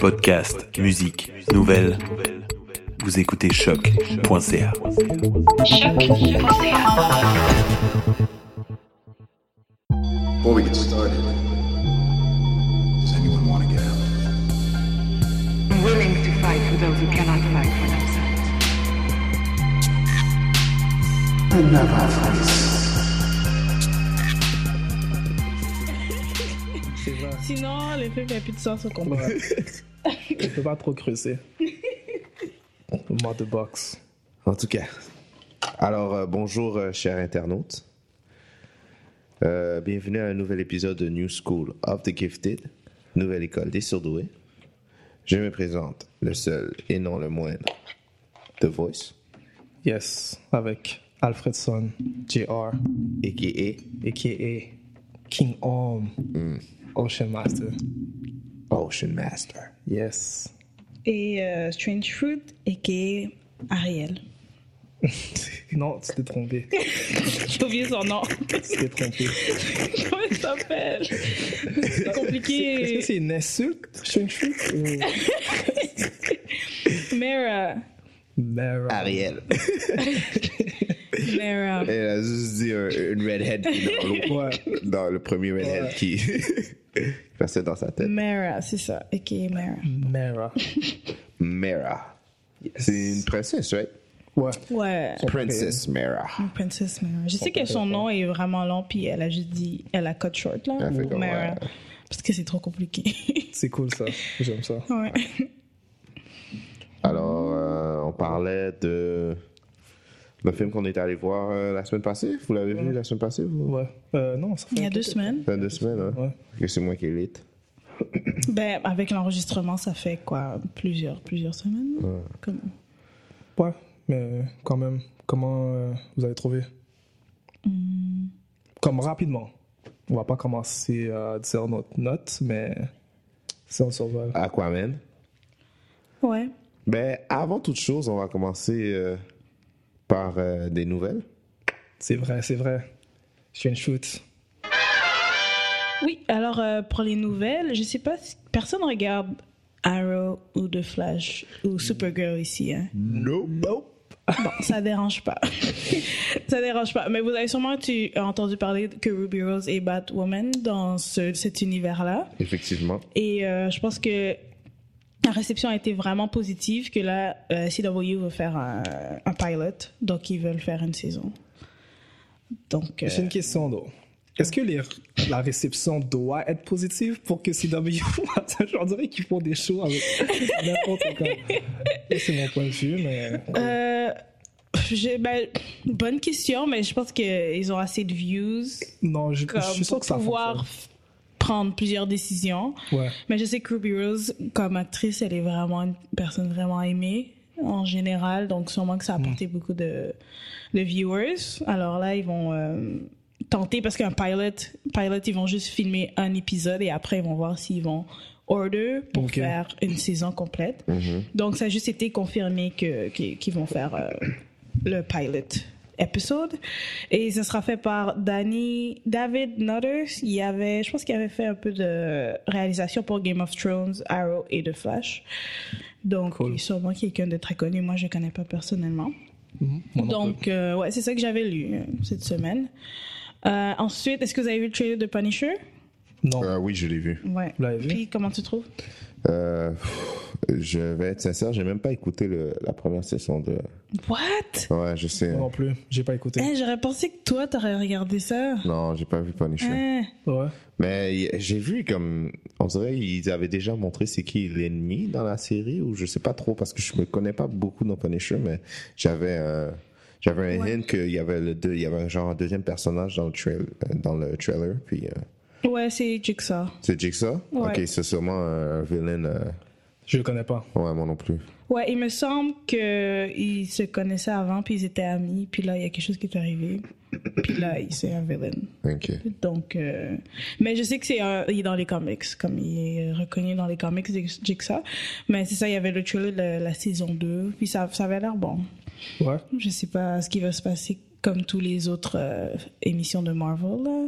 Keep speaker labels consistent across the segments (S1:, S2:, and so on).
S1: Podcast, musique, nouvelles. Vous écoutez choc.ca.
S2: Before we get started, does anyone want to get out?
S3: I'm willing to fight for those who cannot fight for themselves.
S4: C'est vrai,
S5: Sinon, les trucs à plus de sens au combat.
S4: je peux pas trop creuser. Mort de boxe.
S6: En tout cas. Alors, euh, bonjour, euh, chers internautes. Euh, bienvenue à un nouvel épisode de New School of the Gifted, nouvelle école des surdoués. Je me présente, le seul et non le moindre, The Voice,
S4: Yes, avec Alfredson, JR,
S6: et qui est
S4: a.k.a. King Orm,
S6: Mm.
S4: Ocean Master.
S6: Ocean Master.
S4: Yes.
S5: Et euh, Strange Fruit, et qui est Ariel.
S4: non, tu t'es trompé.
S5: J'ai oublié son nom.
S4: Tu t'es trompé.
S5: Comment il s'appelle C'est
S4: Est-ce que
S5: compliqué.
S4: c'est une insulte, Strange Fruit ou
S5: Mara.
S4: Mara?
S6: Ariel. euh,
S5: Mara.
S6: Elle a juste dit un- une redhead qui est dans l'eau.
S4: Ouais.
S6: Dans le premier redhead
S4: Ouais.
S6: qui passait dans sa tête.
S5: Mara, c'est ça. Et qui est Mara.
S4: Mara.
S6: Mera. C'est une princesse, right?
S4: Ouais.
S5: Ouais.
S6: Princess Mera.
S5: Princess Mara. Je sais que son nom est vraiment long, puis elle a juste dit, elle a cut short là,
S6: Elle fait comme,
S5: Mara,
S6: ouais.
S5: parce que c'est trop compliqué.
S4: C'est cool ça. J'aime ça.
S5: ouais.
S6: Alors, euh, on parlait de le film qu'on est allé voir euh, la semaine passée. Vous l'avez vu la semaine passée, vous
S4: Ouais. Euh, non, ça fait
S5: Il y a
S4: un
S5: deux
S4: peu-
S5: semaines.
S6: Fin de semaine, hein
S4: Ouais.
S6: Parce Que c'est moi qui élite.
S5: Ben, avec l'enregistrement, ça fait quoi Plusieurs, plusieurs semaines Comme...
S4: Ouais, mais quand même, comment euh, vous avez trouvé
S5: Hmm.
S4: Comme rapidement. On va pas commencer à dire notre note, mais c'est un survival.
S6: Aquaman.
S5: Ouais.
S6: Ben, avant toute chose, on va commencer euh, par euh, des nouvelles.
S4: C'est vrai, c'est vrai. Je suis une shoot.
S5: Oui, alors euh, pour les nouvelles, je sais pas si personne regarde Arrow ou The Flash ou Supergirl ici. Hein.
S6: Nope.
S5: Bon, ça dérange pas. ça dérange pas. Mais vous avez sûrement tu, euh, entendu parler que Ruby Rose est Batwoman dans ce- cet univers-là.
S6: Effectivement.
S5: Et euh, je pense que la réception a été vraiment positive, que là, euh, CW veut faire un, un pilot, donc ils veulent faire une saison. Donc, euh,
S4: J'ai une question, donc. Est-ce que les- la réception doit être positive pour que CW fasse un- On dirait qu'ils font des shows avec n'importe quoi. Et C'est mon point de vue, mais.
S5: euh, j'ai- ben, bonne question, mais je pense qu'ils ont assez de views
S4: Non, je,
S5: comme
S4: je suis sûr
S5: pour
S4: que ça
S5: pouvoir f- prendre plusieurs décisions.
S4: fonctionne. Ouais.
S5: Mais je sais que Ruby Rose, comme actrice, elle est vraiment une personne vraiment aimée en général, donc sûrement que ça a
S4: Mm.
S5: apporté beaucoup de, de viewers. Alors là, ils vont euh, tenter, parce qu'un pilot, pilot, ils vont juste filmer un épisode et après, ils vont voir s'ils vont order pour
S4: Ok.
S5: faire une saison complète. Donc ça a juste été confirmé que- que- qu'ils vont faire euh, le pilot episode et ce sera fait par Danny David Nutter il y avait je pense qu'il avait fait un peu de réalisation pour Game of Thrones Arrow et The Flash donc
S4: Cool.
S5: il est sûrement quelqu'un de très connu moi je connais pas personnellement
S4: Moi non plus.
S5: donc euh, ouais c'est ça que j'avais lu euh, cette semaine Euh, ensuite est-ce que vous avez vu le trailer de Punisher
S4: Non.
S6: Euh, oui, je l'ai vu.
S5: ouais
S4: Vous l'avez vu
S5: puis comment tu trouves
S6: Euh, pff, je vais être sincère, j'ai même pas écouté le- la première session de.
S5: what
S6: Ouais, je sais.
S4: Moi non plus. J'ai pas écouté.
S5: Eh, j'aurais pensé que toi t'aurais regardé ça
S6: Non, j'ai pas vu Punisher.
S5: Eh.
S4: Ouais.
S6: Mais y- j'ai vu comme. On dirait ils avaient déjà montré c'est qui l'ennemi dans la série, ou je sais pas trop, parce que je me connais pas beaucoup dans Punisher, mais j'avais un. J'avais un
S5: Ouais.
S6: hint qu'il y avait le deux, il y avait genre un deuxième personnage dans le, trail- euh, dans le trailer, puis euh,
S5: ouais c'est Jigsaw
S6: c'est Jigsaw.
S5: Ouais.
S6: Ok, c'est sûrement un villain. euh,
S4: Je le connais pas.
S6: ouais, moi non plus.
S5: Ouais, il me semble qu'ils se connaissaient avant, puis ils étaient amis, puis là, il y a quelque chose qui est arrivé. Puis là, il c'est un villain.
S6: Ok.
S5: Donc, euh, mais je sais que c'est un- il est dans les comics, comme il est reconnu dans les comics Jig- Jigsaw. Mais c'est ça, il y avait le trailer de la saison 2, puis ça, ça avait l'air bon.
S4: Ouais.
S5: Je sais pas ce qui va se passer comme tous les autres euh, émissions de Marvel là.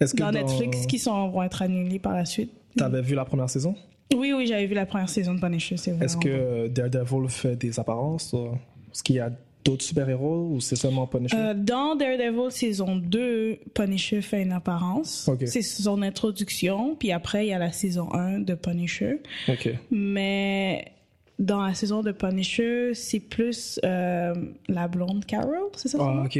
S4: Est-ce que
S5: dans Netflix qui sont, vont être annulées par la suite.
S4: T'avais vu la première saison
S5: Oui, oui, j'avais vu la première saison de Punisher, c'est vrai.
S4: Est-ce que euh, Daredevil fait des apparences euh, Est-ce qu'il y a d'autres super-héros ou c'est seulement Punisher
S5: Euh, dans Daredevil saison 2, Punisher fait une apparence.
S4: Ok.
S5: C'est son introduction, puis après, il y a la saison 1 de Punisher.
S4: Ok.
S5: Mais dans la saison de Punisher, c'est plus euh, la blonde Carol, c'est ça son
S4: Ah,
S5: nom?
S4: ok.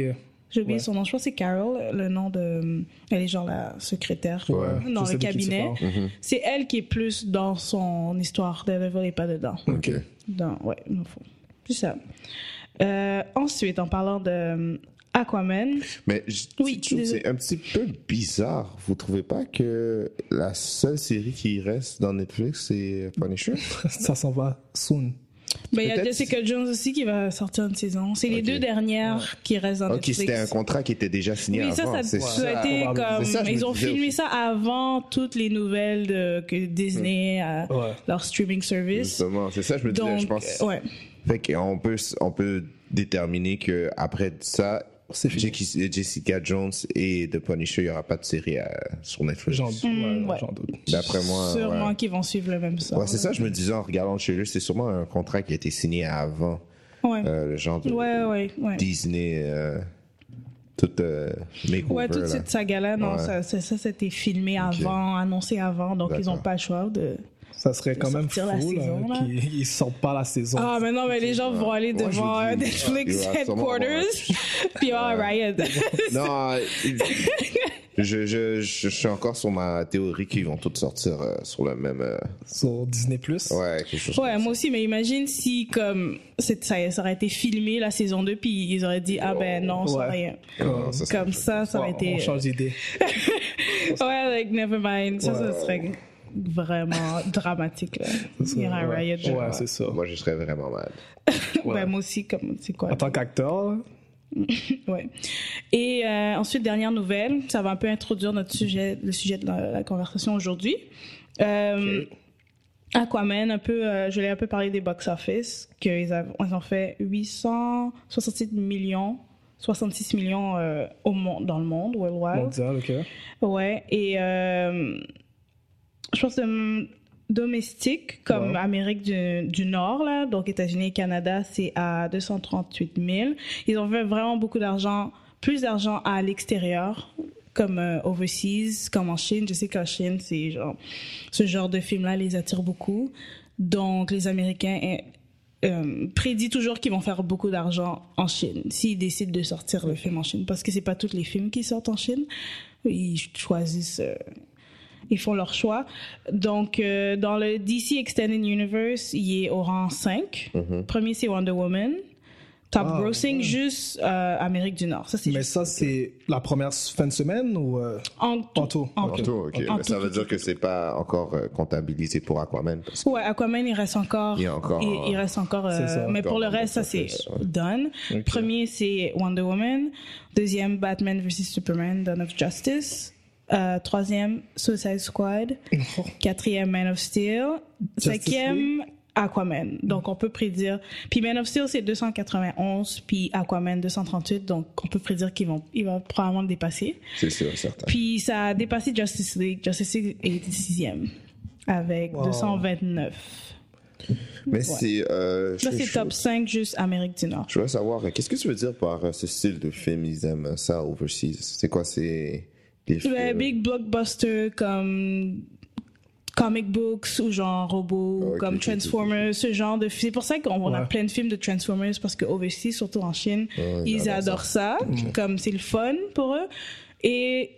S5: J'ai oublié
S4: ouais.
S5: son nom, je pense que c'est Carol, le nom de... Elle est genre la secrétaire
S4: Ouais,
S5: dans
S4: je
S5: le
S4: sais de qui tu
S5: cabinet.
S4: parles.
S5: C'est elle qui est plus dans son histoire, Daredevil n'est pas dedans.
S6: Ok.
S5: Dans, ouais, dans le fond. C'est ça. Euh, ensuite, en parlant de euh, Aquaman,
S6: Mais je,
S5: Oui,
S6: je trouve que
S5: désolé.
S6: c'est un petit peu bizarre. Vous trouvez pas que la seule série qui reste dans Netflix, c'est Punisher
S4: Ça s'en va soon.
S5: ben, il y a
S6: Peut-être-
S5: Jessica Jones aussi qui va sortir une saison. C'est les
S6: Ok.
S5: deux dernières qui restent dans
S6: Ok,
S5: Netflix.
S6: c'était un contrat qui était déjà signé
S5: Oui, ça,
S6: avant.
S5: ça,
S6: c'est
S5: ça a
S6: ça.
S5: été
S4: probablement.
S5: comme.
S6: C'est ça, je
S5: ils
S6: me
S5: ont
S6: disais
S5: filmé
S6: aussi.
S5: ça avant toutes les nouvelles de, que Disney a
S6: Oh.
S4: Ouais.
S5: leur streaming service.
S6: Justement, Mm. c'est ça je me disais.
S5: Donc,
S6: Je pense.
S5: euh, ouais.
S6: Fait qu'on peut, on peut déterminer que après ça,
S4: C'est fini.
S6: Jackie- Jessica Jones et The Punisher, il n'y aura pas de série à- sur Netflix.
S4: J'en ouais, non,
S5: Hmm, ouais.
S4: j'en doute.
S6: D'après moi.
S5: Sûrement
S6: ouais.
S5: qu'ils vont suivre le même sort.
S6: Ouais, c'est ça, je me disais en regardant chez lui, c'est sûrement un contrat qui a été signé avant
S5: Ouais.
S6: euh, le genre de
S5: ouais, ouais, ouais.
S6: Disney, euh, toute euh, makeover.
S5: Ouais, toute
S6: là.
S5: cette saga-là, non,
S6: Ouais.
S5: ça, ça, ça, c'était filmé
S6: Ok.
S5: avant, annoncé avant, donc ils n'ont
S6: D'accord.
S5: pas le choix de.
S4: Ça serait quand même euh, fou
S5: sortir la saison, là.
S4: là, qu'ils ils sortent pas la saison.
S5: Ah, mais non, mais les gens vont aller
S6: Moi, je
S5: devant
S6: vous
S5: un
S6: dis,
S5: Netflix
S6: il va sûrement
S5: headquarters, puis un riot.
S6: Non, euh, je, je, je, je suis encore sur ma théorie qu'ils vont toutes sortir euh, sur le même. euh,
S4: Sur Disney Plus.
S6: ouais, quelque chose.
S5: Ouais, moi aussi, mais imagine si, comme, c'est- ça, ça aurait été filmé la saison 2, puis ils auraient dit, ah ben non, ça
S4: Ouais.
S5: aurait-
S6: Non, non, ça, c'est-
S5: Comme ça, ça aurait été.
S4: Euh,
S5: euh,
S4: On change d'idée.
S5: Ouais, like, never mind. Ça, ça serait vraiment dramatique, là. Il y aurait un
S4: ouais,
S5: riot. genre.
S4: ouais, c'est ça.
S6: Moi, je serais vraiment mal.
S5: Ouais, Ben, moi aussi, comme, c'est quoi.
S4: En tant qu'acteur, là,
S5: Ouais. Et euh, ensuite, dernière nouvelle, ça va un peu introduire notre sujet, le sujet de la, la conversation aujourd'hui. Euh, Aquaman, un peu, euh, je l'ai un peu parlé des box-office, qu'ils av- ils ont fait 867 millions, 66 millions euh, au monde, dans le monde, worldwide.
S4: mondial, ok.
S5: Ouais, et euh, je pense que hum, domestique, comme
S4: Ouais.
S5: Amérique du, du Nord, là, donc États-Unis et Canada, c'est à 238 000. Ils ont fait vraiment beaucoup d'argent, plus d'argent à l'extérieur, comme euh, overseas, comme en Chine. Je sais qu'en Chine, c'est genre, ce genre de film-là les attire beaucoup. Donc, les Américains euh, euh, prédit toujours qu'ils vont faire beaucoup d'argent en Chine s'ils décident de sortir le film en Chine parce que c'est pas tous les films qui sortent en Chine ils choisissent euh, ils font leur choix donc euh, dans le DC Extended Universe il est au rang 5 premier c'est Wonder Woman top
S4: Ah,
S5: grossing
S4: ouais.
S5: juste euh, Amérique du Nord ça c'est
S4: Mais
S5: juste
S4: ça, c'est la première fin de semaine ou euh,
S5: en
S4: en
S5: tout
S4: tout
S5: En
S6: En
S4: Ok.
S6: tout, ok.
S5: En
S6: Mais
S5: tout,
S6: ça veut
S5: tout,
S6: dire que c'est pas encore euh, comptabilisé pour Aquaman. parce que-
S5: Ouais, Aquaman, il reste encore.
S6: Il y a encore-
S5: il- il reste encore. euh,
S4: C'est ça.
S5: mais pour le
S6: Encore
S5: reste, ça, c'est
S6: Box Office, ouais.
S5: done. Premier, c'est Wonder Woman. Deuxième, Batman vs Superman, Dawn of Justice. Euh, troisième, Suicide Squad. Quatrième, Man of Steel.
S4: Justice
S5: Cinquième, Aquaman. Donc, on peut prédire. Puis Man of Steel, c'est 291, puis Aquaman, 238. Donc, on peut prédire qu'ils vont, ils vont probablement le dépasser.
S6: C'est sûr, certain.
S5: Puis ça a dépassé Justice League. Justice League est sixième avec
S4: Wow.
S5: 229.
S6: Mais c'est. euh, je-
S5: Là, c'est
S6: je-
S5: top 5 juste Amérique du Nord.
S6: Je voudrais savoir, euh, qu'est-ce que tu veux dire par euh, ce style de film Ils aiment euh, ça, Overseas C'est quoi C'est des films
S5: Ouais, big blockbuster comme comic books ou genre robots,
S6: Ok,
S5: comme
S6: ok,
S5: Transformers, ce genre de films. C'est pour ça qu'on on a
S4: Ouais.
S5: plein de films de Transformers parce que overseas, surtout en Chine,
S6: ils
S5: ils adorent
S6: adorent
S5: ça, comme c'est le fun pour eux. Et,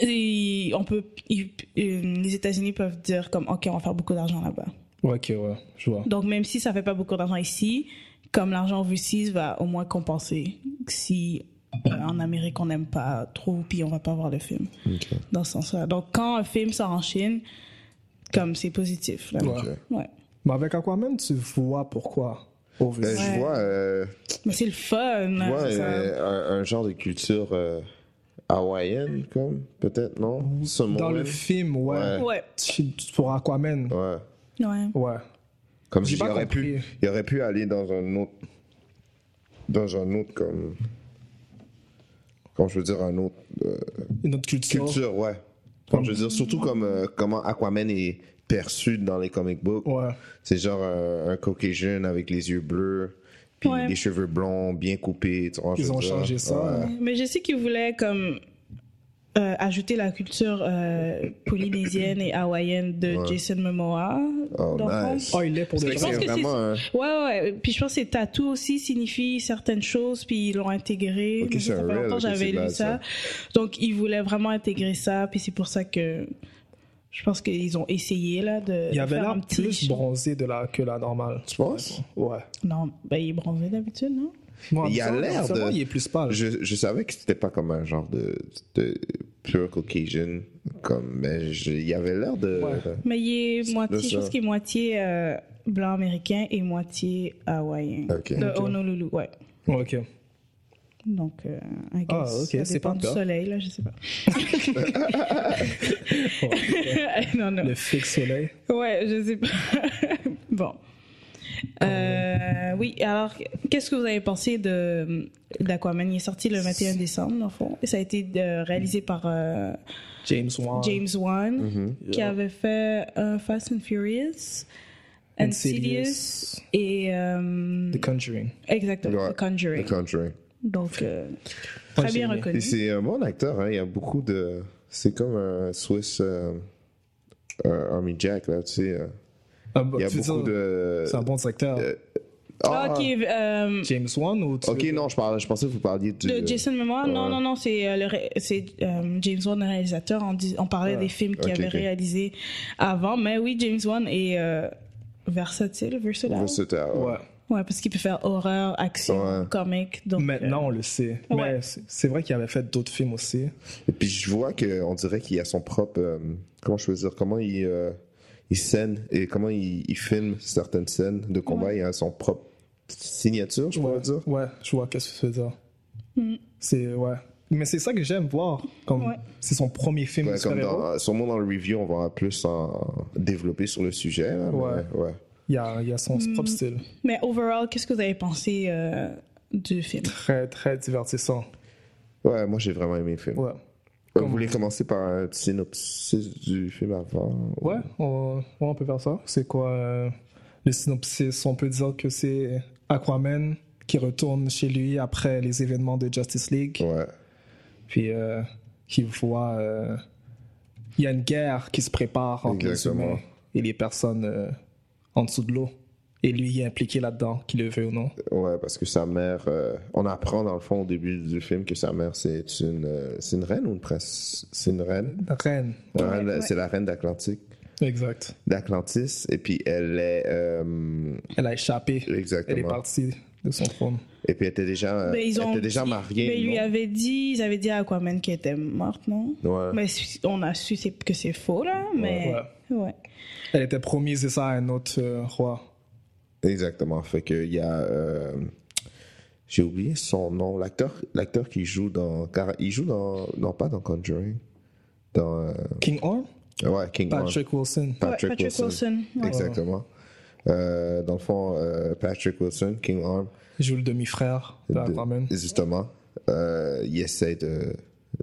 S5: et on peut, ils- euh, les États-Unis peuvent dire comme ok, on va faire beaucoup d'argent là-bas.
S4: Ouais, ok, ouais, je vois.
S5: Donc, même si ça fait pas beaucoup d'argent ici, comme l'argent overseas va au moins compenser si euh, en Amérique on n'aime pas trop, puis on va pas voir le film. Dans ce sens-là. Donc, quand un film sort en Chine, comme c'est positif. là.
S4: Ouais.
S5: Ouais.
S4: Mais avec Aquaman, tu vois pourquoi. au
S6: Euh,
S4: visuel.
S5: Ouais.
S6: Je vois, euh,
S5: Mais c'est le fun.
S6: je
S5: là,
S6: vois,
S5: ça.
S6: euh, un, un genre de culture euh, hawaïenne, comme peut-être, non
S4: Dans
S6: Samoan.
S4: le film, ouais.
S6: Ouais.
S5: Ouais.
S4: Tu- Pour Aquaman,
S6: Ouais.
S5: Ouais.
S4: ouais.
S6: Comme
S4: J'ai
S6: s'il
S4: pas
S6: aurait pu,
S4: compris.
S6: il aurait pu aller dans un autre, dans un autre comme, comme je veux dire un autre euh,
S4: Une autre culture.
S6: culture, ouais. Comme je veux dire, surtout comme euh, comment Aquaman est perçu dans les comic books.
S4: Ouais.
S6: C'est genre euh, un, un Caucasian avec les yeux bleus, puis
S5: Ouais.
S6: les cheveux blonds, bien coupés. tu vois, je
S4: Ils
S6: veux
S4: ont
S6: dire.
S4: changé ça.
S6: Ouais.
S5: Mais je sais qu'ils voulaient comme euh, ajouter la culture euh, polynésienne et hawaïenne de
S6: Ouais.
S5: Jason Momoa.
S6: Oh,
S5: dans le
S6: nice.
S5: fond.
S4: Oh, il l'est pour
S6: C'est
S4: des
S5: Je
S4: gens.
S5: pense que
S6: vraiment un-
S5: Ouais, ouais, ouais. Puis je pense que tatou aussi signifie certaines choses, puis ils l'ont intégré.
S6: Ok,
S5: Mais
S6: c'est
S5: ça, ça
S6: un
S5: fait
S6: real,
S5: longtemps que
S6: ok, c'est
S5: j'avais lu
S6: bad,
S5: ça. Donc ils voulaient vraiment intégrer ça, puis c'est pour ça que je pense qu'ils ont essayé là de.
S4: Il
S5: de
S4: avait
S5: faire
S4: l'air
S5: un petit
S4: plus
S5: show.
S4: bronzé de la, que la normale.
S6: Tu penses?
S4: Ouais.
S5: Non, ben il est bronzé d'habitude, non
S4: Moi,
S6: Il a
S4: en-
S6: l'air
S4: en ce
S6: de-
S4: moment, Il est plus pâle.
S6: Je, je savais que c'était pas comme un genre de, de pure Caucasian, comme, mais je- il y avait l'air de.
S4: Ouais.
S5: Mais il est moitié,
S6: c'est
S5: je pense
S6: ça.
S5: qu'il est moitié euh, blanc américain et moitié hawaïen.
S6: Ok.
S5: De
S4: Ok.
S5: Honolulu, ouais.
S4: Ok.
S5: Donc, euh, I guess,
S4: Ah, ok,
S5: ça
S4: c'est
S5: dépend
S4: pas
S5: du
S4: peur.
S5: soleil, là, je sais pas.
S4: Oh,
S5: I don't know.
S4: le fake soleil.
S5: Ouais, je sais pas. bon. Euh, oui, alors, qu'est-ce que vous avez pensé de d'Aquaman Il est sorti le 21 décembre, dans le fond. Et ça a été euh, réalisé par euh,
S4: James Wan.
S5: James Wan,
S6: Mm-hmm.
S5: qui avait fait euh, Fast and Furious, Insidious,
S4: Insidious.
S5: et... euh,
S4: The Conjuring.
S5: exactement,
S6: Ouais,
S5: The Conjuring.
S6: The Conjuring.
S5: Donc, euh, très
S4: j'ai
S5: bien
S4: aimé.
S6: Et
S5: reconnu.
S6: c'est un bon acteur, hein, il y a beaucoup de. C'est comme un Swiss euh, euh, Army Jack, là, tu sais. euh,
S4: Ah, bah,
S6: Il y a
S4: tu veux
S6: beaucoup
S4: dire,
S6: de.
S4: C'est un bon acteur.
S6: euh, Ah,
S5: Ah, ok, euh,
S4: James Wan ou tu
S6: ok,
S4: veux-
S6: non, je, parlais, je pensais que vous parliez du.
S5: De Jason Momoa Non,
S6: euh, Ouais.
S5: non, non, c'est euh, le ré- c'est, euh, James Wan, le réalisateur. On, dis- on parlait des films qu'il
S6: Ah, Ok,
S5: avait
S6: ok.
S5: réalisés avant. Mais oui, James Wan est euh, versatile, versatile.
S6: Versatile,
S4: Ouais.
S5: Ouais, parce qu'il peut faire horreur, action,
S6: Ouais.
S5: comique. Donc, euh,
S4: Maintenant, on le sait.
S5: Ouais.
S4: Mais c'est c'est vrai qu'il avait fait d'autres films aussi.
S6: Et puis je vois qu'on dirait qu'il a son propre. euh, comment je peux dire Comment il, euh, il scène et comment il, il filme certaines scènes de combat. Il a son propre signature, je pourrais
S4: ouais.
S6: dire.
S4: Ouais, je vois qu'est-ce que tu veux dire. C'est ouais. Mais c'est ça que j'aime voir. Comme
S5: Ouais.
S4: c'est son premier film
S6: Ouais,
S4: de
S6: comme
S4: super-héros.
S6: dans, sûrement dans le review, on va plus en développer sur le sujet. là, mais
S4: Ouais.
S6: ouais.
S4: Il y a, il y a son propre style.
S5: euh, mais overall, qu'est-ce que vous avez pensé euh, du film
S4: Très très divertissant.
S6: Ouais, moi j'ai vraiment aimé le film.
S4: Ouais.
S6: Vous voulez commencer par un petit synopsis du film avant
S4: Ouais, on, ouais, on peut faire ça. C'est quoi euh, le synopsis On peut dire que c'est Aquaman qui retourne chez lui après les événements de Justice League.
S6: Ouais.
S4: Puis euh, qui voit. euh, Il y a une guerre qui se prépare entre
S6: Exactement.
S4: les humains et les personnes euh, en dessous de l'eau. Et lui il est impliqué là-dedans, qu'il le veut ou non.
S6: Ouais, parce que sa mère. euh, on apprend dans le fond au début du film que sa mère c'est une. euh, c'est une reine ou une princesse C'est une reine
S4: La reine.
S6: La
S5: Ouais,
S6: reine-
S5: ouais.
S6: C'est la reine d'Atlantique,
S4: Exact.
S6: d'Atlantis, et puis elle est euh,
S4: Elle a échappé. Elle est
S6: exactement.
S4: partie de son trône.
S6: et puis elle était déjà,
S5: Ben, ils
S6: Euh, elle
S5: ont-
S6: était déjà mariée.
S5: Ben, ils lui
S6: non?
S5: avaient dit, ils avaient dit à Aquaman qu'elle était morte, non
S6: Ouais.
S5: Mais si- on a su c'est- que c'est faux, là. Mais... ouais.
S4: Elle était promise, et ça, à un autre euh, roi.
S6: Exactement. Fait que il y a, euh, j'ai oublié son nom. L'acteur, l'acteur qui joue dans, car il joue dans, non pas dans Conjuring, dans, euh,
S4: King Orm
S6: ouais, King Kong.
S4: Patrick Wilson.
S5: Ouais, Patrick, Wilson. ouais.
S6: Exactement. Euh, dans le fond, euh, Patrick Wilson, King Arm,
S4: Joue le demi-frère de Aquaman.
S6: justement, euh, il essaie de,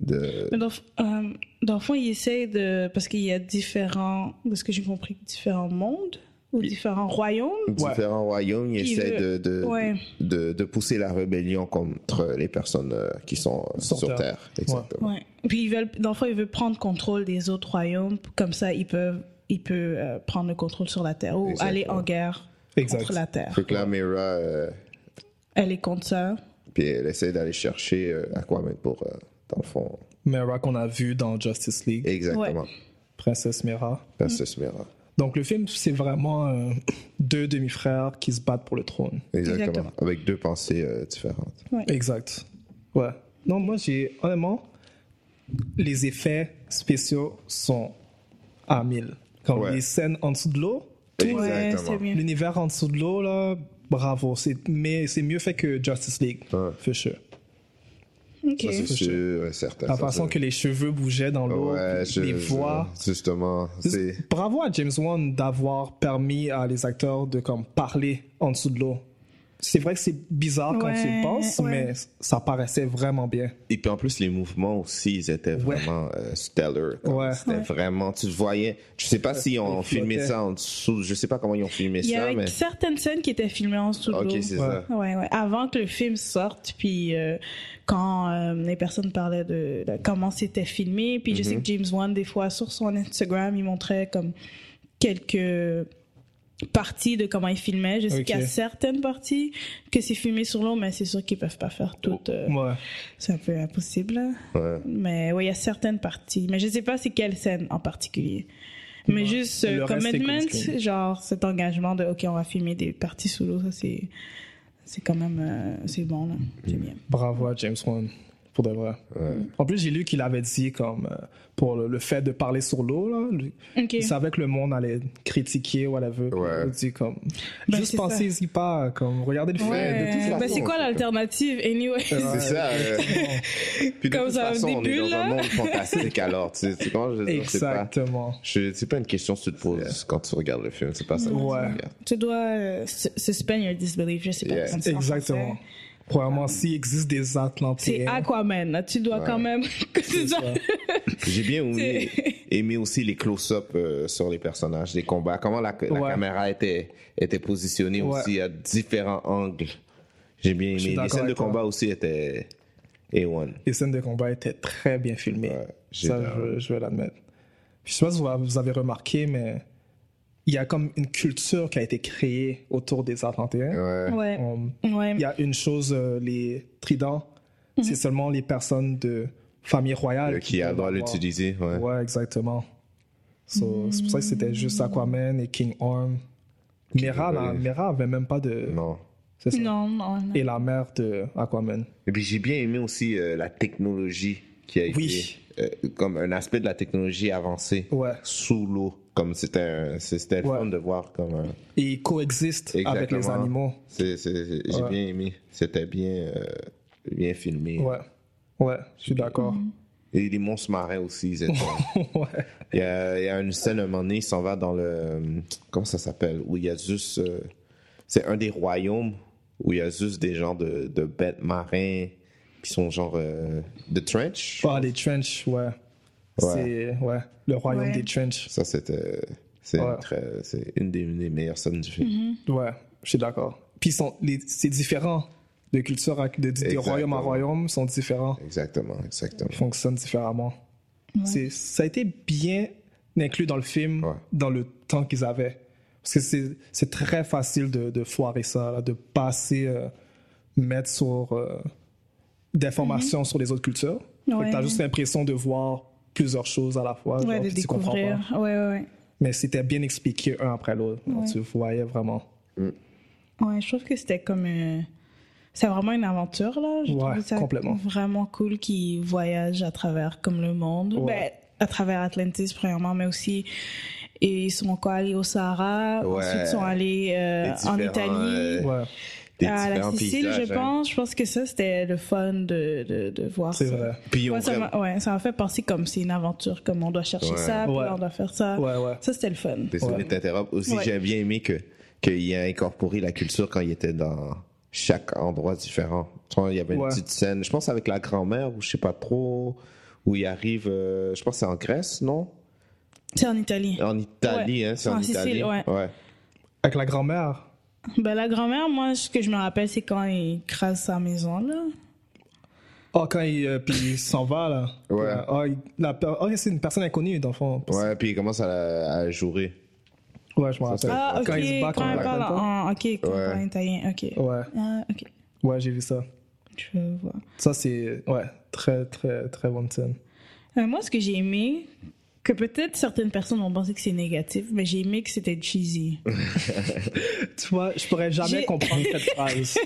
S6: de
S5: Mais dans, euh, dans le fond, il essaie de. Parce qu'il y a différents. De ce que j'ai compris, différents mondes ou différents royaumes.
S6: différents royaumes, il
S5: Puis
S6: essaie
S5: le-
S6: de, de,
S5: ouais.
S6: de, de pousser la rébellion contre les personnes euh, qui sont euh, sur,
S4: Sur
S6: Terre.
S4: Terre.
S6: Exactement.
S5: Ouais. Puis ils veulent, dans le fond, ils veulent prendre contrôle des autres royaumes. Comme ça, ils peuvent, ils peuvent euh, prendre le contrôle sur la Terre ou
S6: Exactement.
S5: aller en guerre
S4: Exact.
S5: contre la Terre.
S6: Fait que là, Mera, euh,
S5: Elle est contre ça.
S6: Puis elle essaie d'aller chercher euh, Aquaman pour, euh, dans le fond,
S4: Mera qu'on a vu dans Justice League.
S6: exactement,
S4: Princesse Mera.
S6: Princess Mera.
S4: Donc le film, c'est vraiment euh, deux demi-frères qui se battent pour le trône.
S6: Exactement.
S5: Exactement.
S6: Avec deux pensées euh, différentes.
S4: Exact. Ouais. Non, moi, j'ai. Honnêtement, les effets spéciaux sont à 1000. Comme
S6: Ouais.
S4: les scènes en dessous de l'eau,
S5: Ouais,
S6: Exactement.
S5: c'est bien.
S4: l'univers en dessous de l'eau, là, bravo. C'est- Mais c'est mieux fait que Justice League.
S6: Ouais.
S4: For sure.
S5: Ok.
S6: Ça, c'est sûr et certain.
S4: La
S6: ça,
S4: façon
S6: c'est-
S4: que les cheveux bougeaient dans l'eau,
S6: Ouais, je-
S4: les
S6: je-
S4: voix.
S6: Justement, c'est.
S4: Bravo à James Wan d'avoir permis à les acteurs de comme parler en dessous de l'eau. C'est vrai que c'est bizarre quand tu
S5: Ouais,
S4: y penses,
S5: ouais.
S4: mais ça paraissait vraiment bien.
S6: Et puis en plus, les mouvements aussi, ils étaient
S4: Ouais.
S6: vraiment euh, stellar. comme
S4: Ouais. Euh,
S6: C'était vraiment, tu te voyais. Je sais pas si on
S4: ils
S6: filmait
S4: flottaient.
S6: ça en dessous. Je sais pas comment ils ont filmé
S5: Il y
S6: ça,
S5: avait
S6: mais.
S5: certaines scènes qui étaient filmées en sous
S6: Ok, c'est ça.
S5: Ouais, ouais. Avant que le film sorte, puis euh, quand euh, les personnes parlaient de, de comment c'était filmé, puis je sais que James Wan, des fois, sur son Instagram, il montrait comme quelques parties de comment il filmait. Je sais
S4: Ok.
S5: qu'il y a certaines parties que c'est filmé sur l'eau, mais c'est sûr qu'ils peuvent pas faire toutes. euh,
S4: Ouais.
S5: c'est un peu impossible. hein. là.
S6: Ouais.
S5: Mais oui, il y a certaines parties. Mais je sais pas c'est quelle scène en particulier. Mais
S4: Ouais.
S5: juste euh,
S4: Bah, Le reste, c'est
S5: commitment,
S4: compliqué.
S5: genre cet engagement de OK, on va filmer des parties sous l'eau, ça c'est c'est quand même euh, c'est bon là, c'est bien.
S4: Bravo à James Wan, pour de vrai.
S6: Ouais.
S4: En plus, j'ai lu qu'il avait dit, comme, euh, pour le, le fait de parler sur l'eau, là, lui-
S5: OK.
S4: il savait que le monde allait critiquer, whatever.
S6: Ouais.
S4: Il dit, comme,
S5: Ben,
S4: juste
S5: c'est ça.
S4: pensez-y pas, comme, regardez le fait.
S5: Ouais.
S6: de toute
S5: Ben, c'est
S6: façon,
S5: quoi
S6: c'est-
S5: l'alternative anyway
S6: C'est ça. euh, Puis de
S5: Comme
S6: toute
S5: ça,
S6: façon,
S5: des
S6: on est dans
S5: bulles,
S6: un
S5: là.
S6: monde fantastique alors. Tu sais, tu sais comment je veux dire, c'est pas-
S4: Exactement.
S6: je- C'est pas une question que tu te poses quand tu regardes le film. C'est pas ça. que tu
S4: Ouais.
S6: regardes.
S5: Tu dois euh, su- suspend your disbelief, je sais pas.
S6: Yeah.
S5: comment c'est en
S4: Exactement. euh,
S5: français.
S4: Premièrement, s'il existe des
S5: C'est
S4: Atlantéens.
S5: Aquaman, là, tu dois
S6: Ouais.
S5: quand même tu dois-
S6: J'ai bien aimé, aimé aussi les close-up euh, sur les personnages, les combats, comment la, la
S4: Ouais.
S6: caméra était, était positionnée
S4: Ouais.
S6: aussi à différents angles. J'ai bien
S4: suis
S6: aimé. Les
S4: d'accord
S6: scènes de
S4: avec toi.
S6: combat aussi étaient A1.
S4: les scènes de combat étaient très bien filmées.
S6: Ouais,
S4: ça,
S6: génial.
S4: je, veux- je vais l'admettre. Je sais pas si vous vous avez remarqué, mais il y a comme une culture qui a été créée autour des Atlantéens.
S6: Ouais.
S5: Ouais.
S4: On-
S5: Ouais.
S4: Il y a une chose, euh, les tridents, c'est seulement les personnes de famille royale
S6: Euh, Qui a le droit
S4: doivent
S6: de l'utiliser. Ouais.
S4: l'avoir. Ouais, exactement. So, C'est pour ça que c'était juste Aquaman et King Arm. Mera, la-
S6: Arm.
S4: Mera avait même pas de.
S6: Non.
S4: c'est ça.
S5: Non, non. non.
S4: Et la mère de Aquaman.
S6: Et puis j'ai bien aimé aussi euh, la technologie qui a été
S4: Oui.
S6: euh, comme un aspect de la technologie avancée
S4: Ouais.
S6: sous l'eau. Comme c'était un- c'était le
S4: Ouais.
S6: fun de voir comme un-
S4: Et ils coexistent avec les
S6: Exactement.
S4: animaux.
S6: C'est- c'est- c'est- J'ai
S4: Ouais.
S6: bien aimé. C'était bien, euh, bien filmé.
S4: Ouais. Ouais, je suis d'accord.
S6: Et les monstres marins aussi, ils étaient.
S4: ouais.
S6: il, y a, il y a une scène, un moment donné, il s'en va dans le. Comment ça s'appelle Où il y a juste. euh, c'est un des royaumes où il y a juste des gens de, de bêtes marins qui sont genre. euh, de trench.
S4: Ah, les trench, ouais. C'est ouais, le royaume
S5: Ouais.
S4: des trench.
S6: Ça, c'était. C'est
S4: Ouais.
S6: une très- c'est une des, une des meilleures scènes du film.
S5: Mm-hmm.
S4: Ouais, je suis d'accord. Puis ils sont, les- c'est différent. De culture à, de, de
S6: Exactement.
S4: royaume à royaume ils sont différents.
S6: Exactement, exactement.
S4: Ils fonctionnent différemment. C'est, ça a été bien inclus dans le film,
S6: Ouais.
S4: dans le temps qu'ils avaient. Parce que c'est, c'est très facile de, de foirer ça, là, de passer, euh, mettre sur euh, des formations sur les autres cultures. Fait que
S5: Mhm. Ouais.
S4: t'as juste l'impression de voir plusieurs choses à la fois.
S5: Ouais,
S4: genre,
S5: de
S4: puis tu comprends pas.
S5: découvrir. Ouais, ouais, ouais.
S4: Mais c'était bien expliqué un après l'autre. Alors,
S5: Ouais.
S4: Tu voyais vraiment.
S5: Ouais, je trouve que c'était comme. euh, C'est vraiment une aventure, là. Je
S4: Ouais,
S5: trouve ça
S4: complètement.
S5: vraiment cool qu'ils voyagent à travers comme le monde.
S4: Ouais.
S5: Ben, à travers Atlantis, premièrement, mais aussi. Et ils sont encore allés au Sahara.
S6: Ouais.
S5: Ensuite, ils sont allés euh,
S6: Les
S5: en
S6: différents,
S5: Italie.
S6: euh,
S4: Ouais,
S6: Des
S5: À la
S6: différents
S5: Sicile,
S6: paysages,
S5: je
S6: hein.
S5: pense. Je pense que ça, c'était le fun de, de, de voir
S4: c'est
S5: ça.
S4: vrai.
S6: Puis ils ont
S5: Ouais, ça
S6: vraiment-
S5: m'a ouais, ça m'a fait penser comme c'est une aventure, comme on doit chercher
S6: Ouais.
S5: ça, puis
S4: Ouais.
S5: on doit faire ça.
S4: Ouais, ouais.
S5: Ça, c'était le fun.
S6: Désolé
S4: Ouais.
S6: de t'interrompre. Aussi,
S5: Ouais.
S6: j'ai bien aimé que qu'il a incorporé la culture quand il était dans chaque endroit différent. Tu vois, Il y avait une
S4: Ouais.
S6: petite scène, je pense avec la grand-mère ou je sais pas trop, où il arrive, euh, je pense que c'est en Grèce, non
S5: C'est en Italie.
S6: En Italie, hein, c'est en,
S5: En
S6: Italie.
S5: Sicile, ouais.
S4: Avec la grand-mère.
S5: Ben, la grand-mère, moi, ce que je me rappelle, c'est quand il crase sa maison, là.
S4: Oh, quand il, euh, puis il s'en va, là.
S6: Ouais.
S4: Ah, il- la per- ah, c'est une personne inconnue, dans le fond.
S6: Ouais, puis il commence à, la- à jouer.
S4: Ouais, je me
S6: Ça,
S4: rappelle.
S5: Ah, ok,
S4: Quand il se bat
S5: quand
S4: contre
S5: elle
S4: la
S5: parle en... Ok, quand
S6: Ouais.
S5: elle parle italien, ok.
S4: Ouais,
S5: Ah, ok,
S4: ouais, j'ai vu ça.
S5: je vois.
S4: Ça, c'est, ouais, très, très, très bonne scène.
S5: Euh, moi, ce que j'ai aimé, que peut-être certaines personnes vont penser que c'est négatif, mais j'ai aimé que c'était cheesy.
S4: Tu vois, je pourrais jamais
S5: J'ai-
S4: comprendre cette phrase.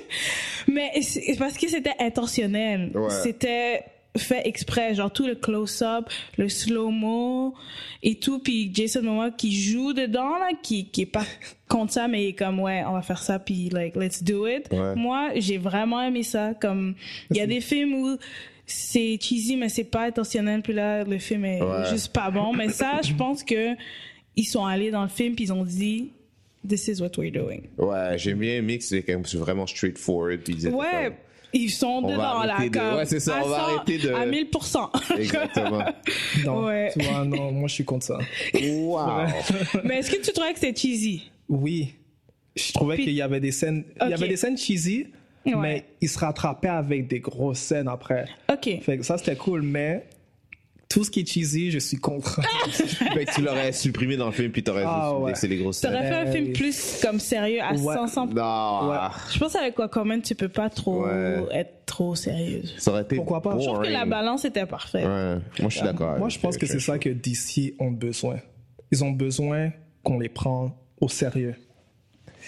S5: mais c'est parce que c'était intentionnel.
S6: Ouais.
S5: C'était fait exprès, genre tout le close-up, le slow-mo et tout, puis Jason Momoa qui joue dedans, là, qui, qui est pas contre ça, mais il est comme, ouais, on va faire ça, puis like, let's do it.
S6: Ouais.
S5: Moi, j'ai vraiment aimé ça, comme, il y a des films où c'est cheesy, mais c'est pas intentionnel, puis là, le film est
S6: Ouais.
S5: juste pas bon, mais ça, je pense que ils sont allés dans le film, puis ils ont dit, this is what we're doing.
S6: Ouais, j'aime bien aimé que c'est quand même vraiment straightforward. Puis ils étaient
S5: Ouais,
S6: comme-
S5: ils sont
S6: On va
S5: dedans là.
S6: arrêter de-
S5: comme
S6: ouais, c'est ça,
S5: à
S6: on va
S5: 100,
S6: arrêter de-
S5: À 1000%.
S6: Exactement.
S4: Non,
S5: Ouais.
S4: tu vois, non, moi je suis contre ça.
S6: Wow.
S5: Mais est-ce que tu trouvais que c'était cheesy?
S4: Oui, je trouvais
S5: Puis-
S4: qu'il y avait des scènes, il
S5: Ok.
S4: y avait des scènes cheesy,
S5: Ouais.
S4: mais ils se rattrapaient avec des grosses scènes après.
S5: Ok.
S4: Fait que ça c'était cool, mais tout ce qui est cheesy, je suis contre.
S6: Fait que tu l'aurais supprimé dans le film, puis t'aurais
S4: Ah,
S6: juste dit
S4: ouais.
S6: que c'est les grosses
S5: Ça
S6: scènes.
S5: aurait fait un
S4: Euh,
S5: film
S4: oui.
S5: plus comme sérieux à
S4: Ouais.
S5: 500
S6: Non.
S4: Ouais.
S5: Je pense avec Aquaman, tu peux pas trop
S6: Ouais.
S5: être trop sérieuse.
S6: Ça aurait été.
S4: Pourquoi pas?
S5: Je trouve que
S6: boring.
S5: la balance était parfaite.
S6: Ouais. Moi, je suis d'accord.
S4: Euh, Moi je pense que c'est ça que DC ont besoin. Ils ont besoin qu'on les prenne au sérieux.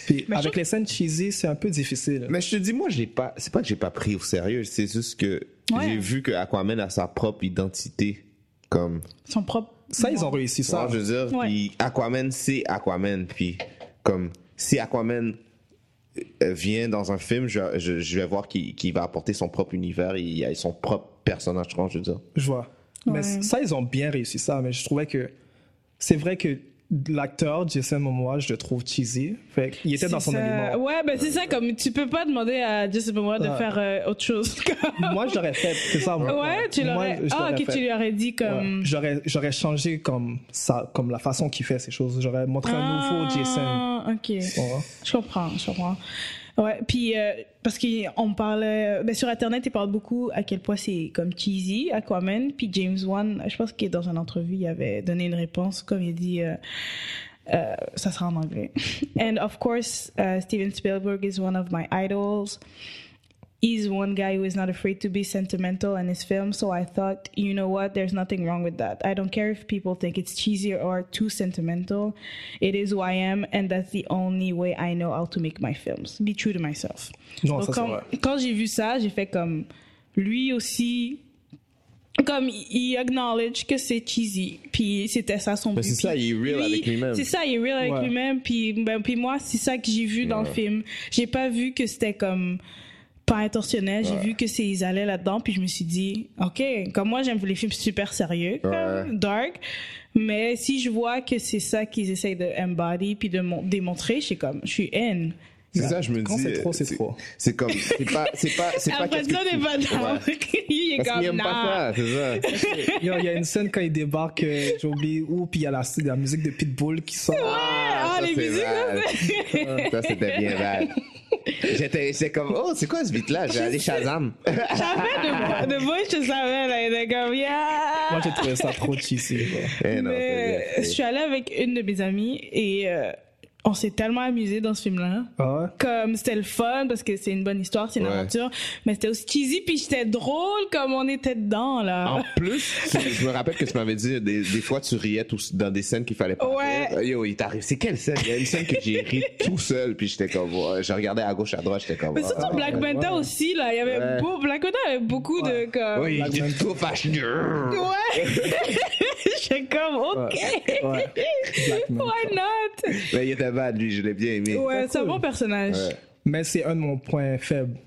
S4: Puis
S5: Mais je
S4: avec
S5: trouve-
S4: les scènes cheesy, c'est un peu difficile.
S6: Mais je te dis, moi, j'ai pas. C'est pas que j'ai pas pris au sérieux. C'est juste que
S5: Ouais.
S6: j'ai vu que Aquaman a sa propre identité. Comme.
S5: Son propre.
S4: Ça, ils ont réussi
S6: Ça,
S4: ça.
S6: je veux dire,
S5: Ouais.
S6: puis Aquaman, c'est Aquaman. Puis, comme, si Aquaman euh, vient dans un film, je, je- je vais voir qu'il qu'il va apporter son propre univers et, et son propre personnage, je pense, je veux dire.
S4: Je vois.
S5: Ouais.
S4: Mais ça, ils ont bien réussi ça. Mais je trouvais que c'est vrai que l'acteur Jason Momoa, je le trouve cheesy. Fait qu'il était dans son
S5: C'est ça.
S4: élément.
S5: Ouais, ben c'est ça, comme tu peux pas demander à Jason Momoa de
S4: Ouais.
S5: faire euh, autre chose.
S4: Moi, je l'aurais fait. C'est ça. moi.
S5: ouais, tu
S4: Moi,
S5: l'aurais.
S4: je
S5: Ah,
S4: l'aurais
S5: ok,
S4: fait.
S5: tu lui aurais dit comme.
S4: Ouais. J'aurais, j'aurais changé comme ça, comme la façon qu'il fait ces choses. J'aurais montré un nouveau Jason.
S5: Ah, Ok.
S4: Tu comprends?
S5: Je comprends, je comprends. Ouais, puis euh, parce qu'on parle, euh, ben, sur Internet, ils parlent beaucoup à quel point c'est comme cheesy, Aquaman. Puis James Wan, je pense qu'il est dans une entrevue, il avait donné une réponse, comme il dit, euh, euh, ça sera en anglais. And of course, uh, Steven Spielberg is one of my idols. He's one guy who is not afraid to be sentimental in his films, so I thought, you know what, there's nothing wrong with that. I don't care if people think it's cheesy or too sentimental. It is who I am, and that's the only way I know how to make my films. Be true to myself.
S4: Non,
S5: Donc,
S4: ça, c'est
S5: quand,
S4: vrai.
S5: quand j'ai vu ça, j'ai fait comme lui aussi. Comme il acknowledge que c'est cheesy, puis c'était ça son
S6: Mais
S5: but,
S6: c'est ça,
S5: puis
S6: il est real
S5: lui,
S6: avec lui-même.
S5: C'est ça, il est real avec
S4: Ouais.
S5: lui-même, puis, ben, puis moi, c'est ça que j'ai vu dans le film. J'ai pas vu que c'était comme pas intentionnel, j'ai vu que c'est ils allaient là-dedans, puis je me suis dit, ok, comme moi j'aime les films super sérieux, comme
S6: Ouais.
S5: dark, mais si je vois que c'est ça qu'ils essayent de embody puis de mon- démontrer, je suis comme, je suis haine.
S6: C'est ça, je me
S4: Quand
S6: dis.
S4: c'est trop, c'est
S6: euh,
S4: trop.
S6: C'est comme. C'est pas. C'est pas. C'est pas.
S5: Après
S6: qu'est-ce
S5: ça,
S6: que
S5: n'est
S6: tu-
S5: pas
S6: Ouais.
S5: dark. Il est
S6: Parce qu'il
S5: comme,
S6: aime
S5: nah.
S6: pas ça, c'est ça.
S4: Yo, Il y a une scène quand il débarque, euh, j'ai oublié où, puis il y a la, la musique de Pitbull qui sort.
S5: ah,
S6: ça,
S5: les
S6: c'est
S5: musiques,
S6: rad. Ça, c'était bien rad. J'étais j'étais comme, oh, c'est quoi ce beat-là? J'ai allé Shazam. Eh
S5: J'avais de, de moi, je savais, là, il était comme, yeah.
S4: Moi, j'ai trouvé ça trop cheesy. quoi.
S6: Eh non,
S5: Mais
S6: c'est bien.
S5: je suis allée avec une de mes amies et euh, on s'est tellement amusé dans ce film-là.
S4: Ah ouais?
S5: Comme c'était le fun parce que c'est une bonne histoire, c'est une
S6: Ouais.
S5: aventure, mais c'était aussi cheesy puis j'étais drôle comme on était dedans là.
S6: En plus, tu- je me rappelle que tu m'avais dit des, des fois tu riais tout- dans des scènes qu'il fallait pas
S5: Ouais.
S6: rire. Yo, il t'arrive. C'est quelle scène Il y a une scène que j'ai ri tout seul, puis j'étais comme, ouais, je regardais à gauche, à droite, j'étais comme.
S5: mais
S6: ah,
S5: surtout
S6: ah,
S5: Black Panther
S4: ouais.
S5: aussi là, il y avait
S6: Ouais.
S5: beau- Black Panther avait beaucoup de comme.
S6: Oui,
S4: Black
S6: j'étais
S4: Panther.
S6: trop fâcheux.
S5: Ouais. j'étais comme ok,
S4: Ouais. Black Man.
S5: why not?
S6: Mais il était bad, lui, je l'ai bien aimé.
S5: Ouais, c'est un
S4: cool.
S5: bon personnage.
S6: Ouais.
S4: Mais c'est un de mon point faible.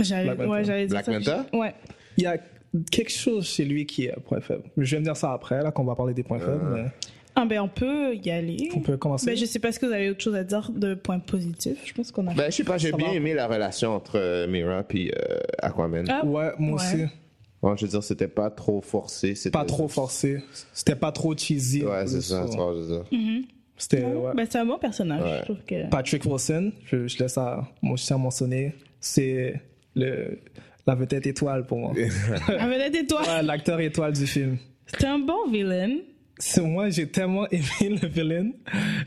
S5: J'allais,
S4: Black Panther.
S5: ouais, j'allais dire
S6: Black
S5: ça.
S6: Panther?
S5: Ouais.
S4: Il y a quelque chose chez lui qui est un point faible. Je vais me dire ça après, là, qu'on va parler des points faibles. mais
S5: Ah ben on peut y aller.
S4: on peut commencer.
S5: Ben, je sais pas si vous avez autre chose à dire de point positif. Je pense qu'on a.
S6: Ben, je sais pas, j'ai
S4: Ça
S6: bien
S4: va.
S6: aimé la relation entre euh, Mira puis euh, Aquaman.
S5: Ah.
S4: Ouais, moi aussi.
S5: Ouais.
S6: Bon, je veux dire, c'était pas trop forcé. c'était-
S4: Pas trop forcé. C'était pas trop cheesy.
S6: Ouais, c'est ça, c'est ça, je veux dire.
S4: C'était. ouais.
S5: Ben, c'est un bon personnage,
S6: Ouais.
S5: je trouve que.
S4: Patrick Wilson, je, je laisse à mon chien mentionner, c'est le la vedette étoile pour moi.
S5: Ah, vedette et toi.
S4: Ouais, L'acteur étoile du film.
S5: C'est un bon villain.
S4: C'est moi, j'ai tellement aimé le villain.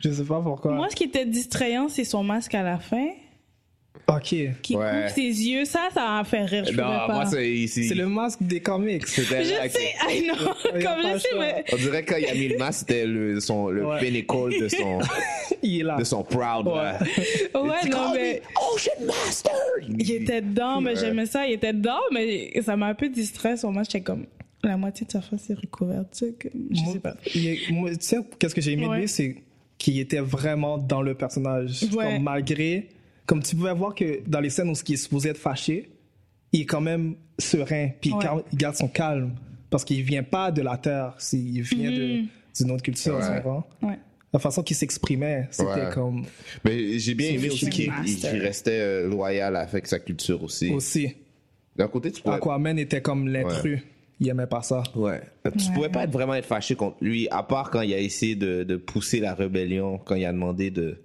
S4: Je sais pas pourquoi.
S5: Moi, ce qui était distrayant, c'est son masque à la fin
S4: ok.
S5: qui
S6: Ouais.
S5: couvre ses yeux. Ça, ça m'a fait rire. Je pouvais
S6: Non,
S5: pas.
S6: Eh ben, moi, c'est ici.
S4: C'est le masque des comics.
S6: C'était-
S5: Je
S6: ok.
S5: sais, I know.
S4: y a
S5: Comme
S4: pas
S5: je sais,
S4: le choix.
S5: mais.
S6: On dirait que quand il a mis le masque, c'était le, son, le
S4: Ouais.
S6: pinnacle de son,
S4: Il est là.
S6: de son proud. là.
S5: Ouais,
S6: Tu
S5: non,
S6: crois,
S5: mais.
S6: Ocean Master!
S5: Il était dedans, mais
S6: Ouais.
S5: j'aimais ça. Il était dedans, mais ça m'a un peu distrait. Son masque, j'étais comme. La moitié de sa face est recouverte. tu sais, comme- Je
S4: Moi,
S5: sais pas.
S4: il est- moi, tu sais, qu'est-ce que j'ai aimé
S5: Ouais.
S4: de lui, c'est qu'il était vraiment dans le personnage.
S5: Ouais.
S4: Comme malgré, comme tu pouvais voir que dans les scènes où ce qui est supposé être fâché, il est quand même serein, puis il
S5: Ouais.
S4: gar- il garde son calme parce qu'il vient pas de la terre, c'est- il vient de- d'une autre culture,
S6: Ouais.
S4: tu comprends?
S5: Mm. Ouais.
S4: la façon qu'il s'exprimait, c'était
S6: Ouais.
S4: comme
S6: Mais j'ai bien aimé aussi
S5: Sushi
S6: qu'il
S5: Master.
S6: qu'il restait euh, loyal avec sa culture aussi.
S4: aussi.
S6: D'un côté, tu pourrais.
S4: Aquaman était comme l'intrus. Il aimait pas ça.
S6: Ouais. Tu pouvais pas être vraiment être fâché contre lui, à part quand il a essayé de, de pousser la rébellion, quand il a demandé de,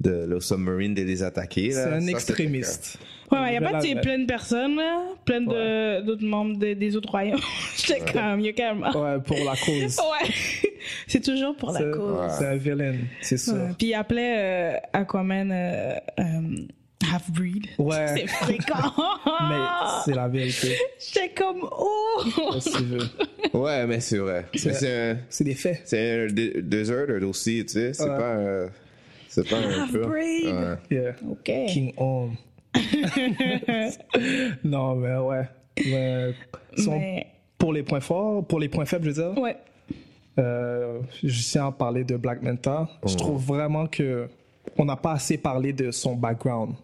S6: de le submarine de les attaquer. là.
S4: C'est un
S6: Ça,
S4: extrémiste.
S5: Ouais, il n'y a pas de
S4: Voilà,
S5: plein de personnes, là, plein de- d'autres membres de- des autres royaumes. J'étais comme, yo, calme.
S4: Ouais, pour la cause.
S5: Ouais. C'est toujours pour la
S4: C'est-
S5: cause.
S4: C'est un vilain, c'est sûr.
S5: Ouais. Puis il appelait euh, Aquaman euh, euh, Half-Breed.
S4: Ouais.
S5: C'est fréquent.
S4: Mais
S5: Ah.
S4: c'est la vérité,
S5: J'étais comme, oh!
S4: si tu veux.
S6: Ouais, mais c'est vrai. Mais C'est un,
S4: C'est des faits.
S6: c'est un de- deserter aussi, tu sais. C'est
S4: Ouais.
S6: pas un. C'est pas
S5: Ah,
S6: un peu. euh,
S5: Half-Breed.
S4: Yeah.
S5: OK.
S4: King Home. non, mais ouais. Mais son-
S5: Mais-
S4: Pour les points forts, pour les points faibles, je veux dire,
S5: Ouais.
S4: euh, je tiens à parler de Black Manta. Je trouve vraiment que on n'a pas assez parlé de son background.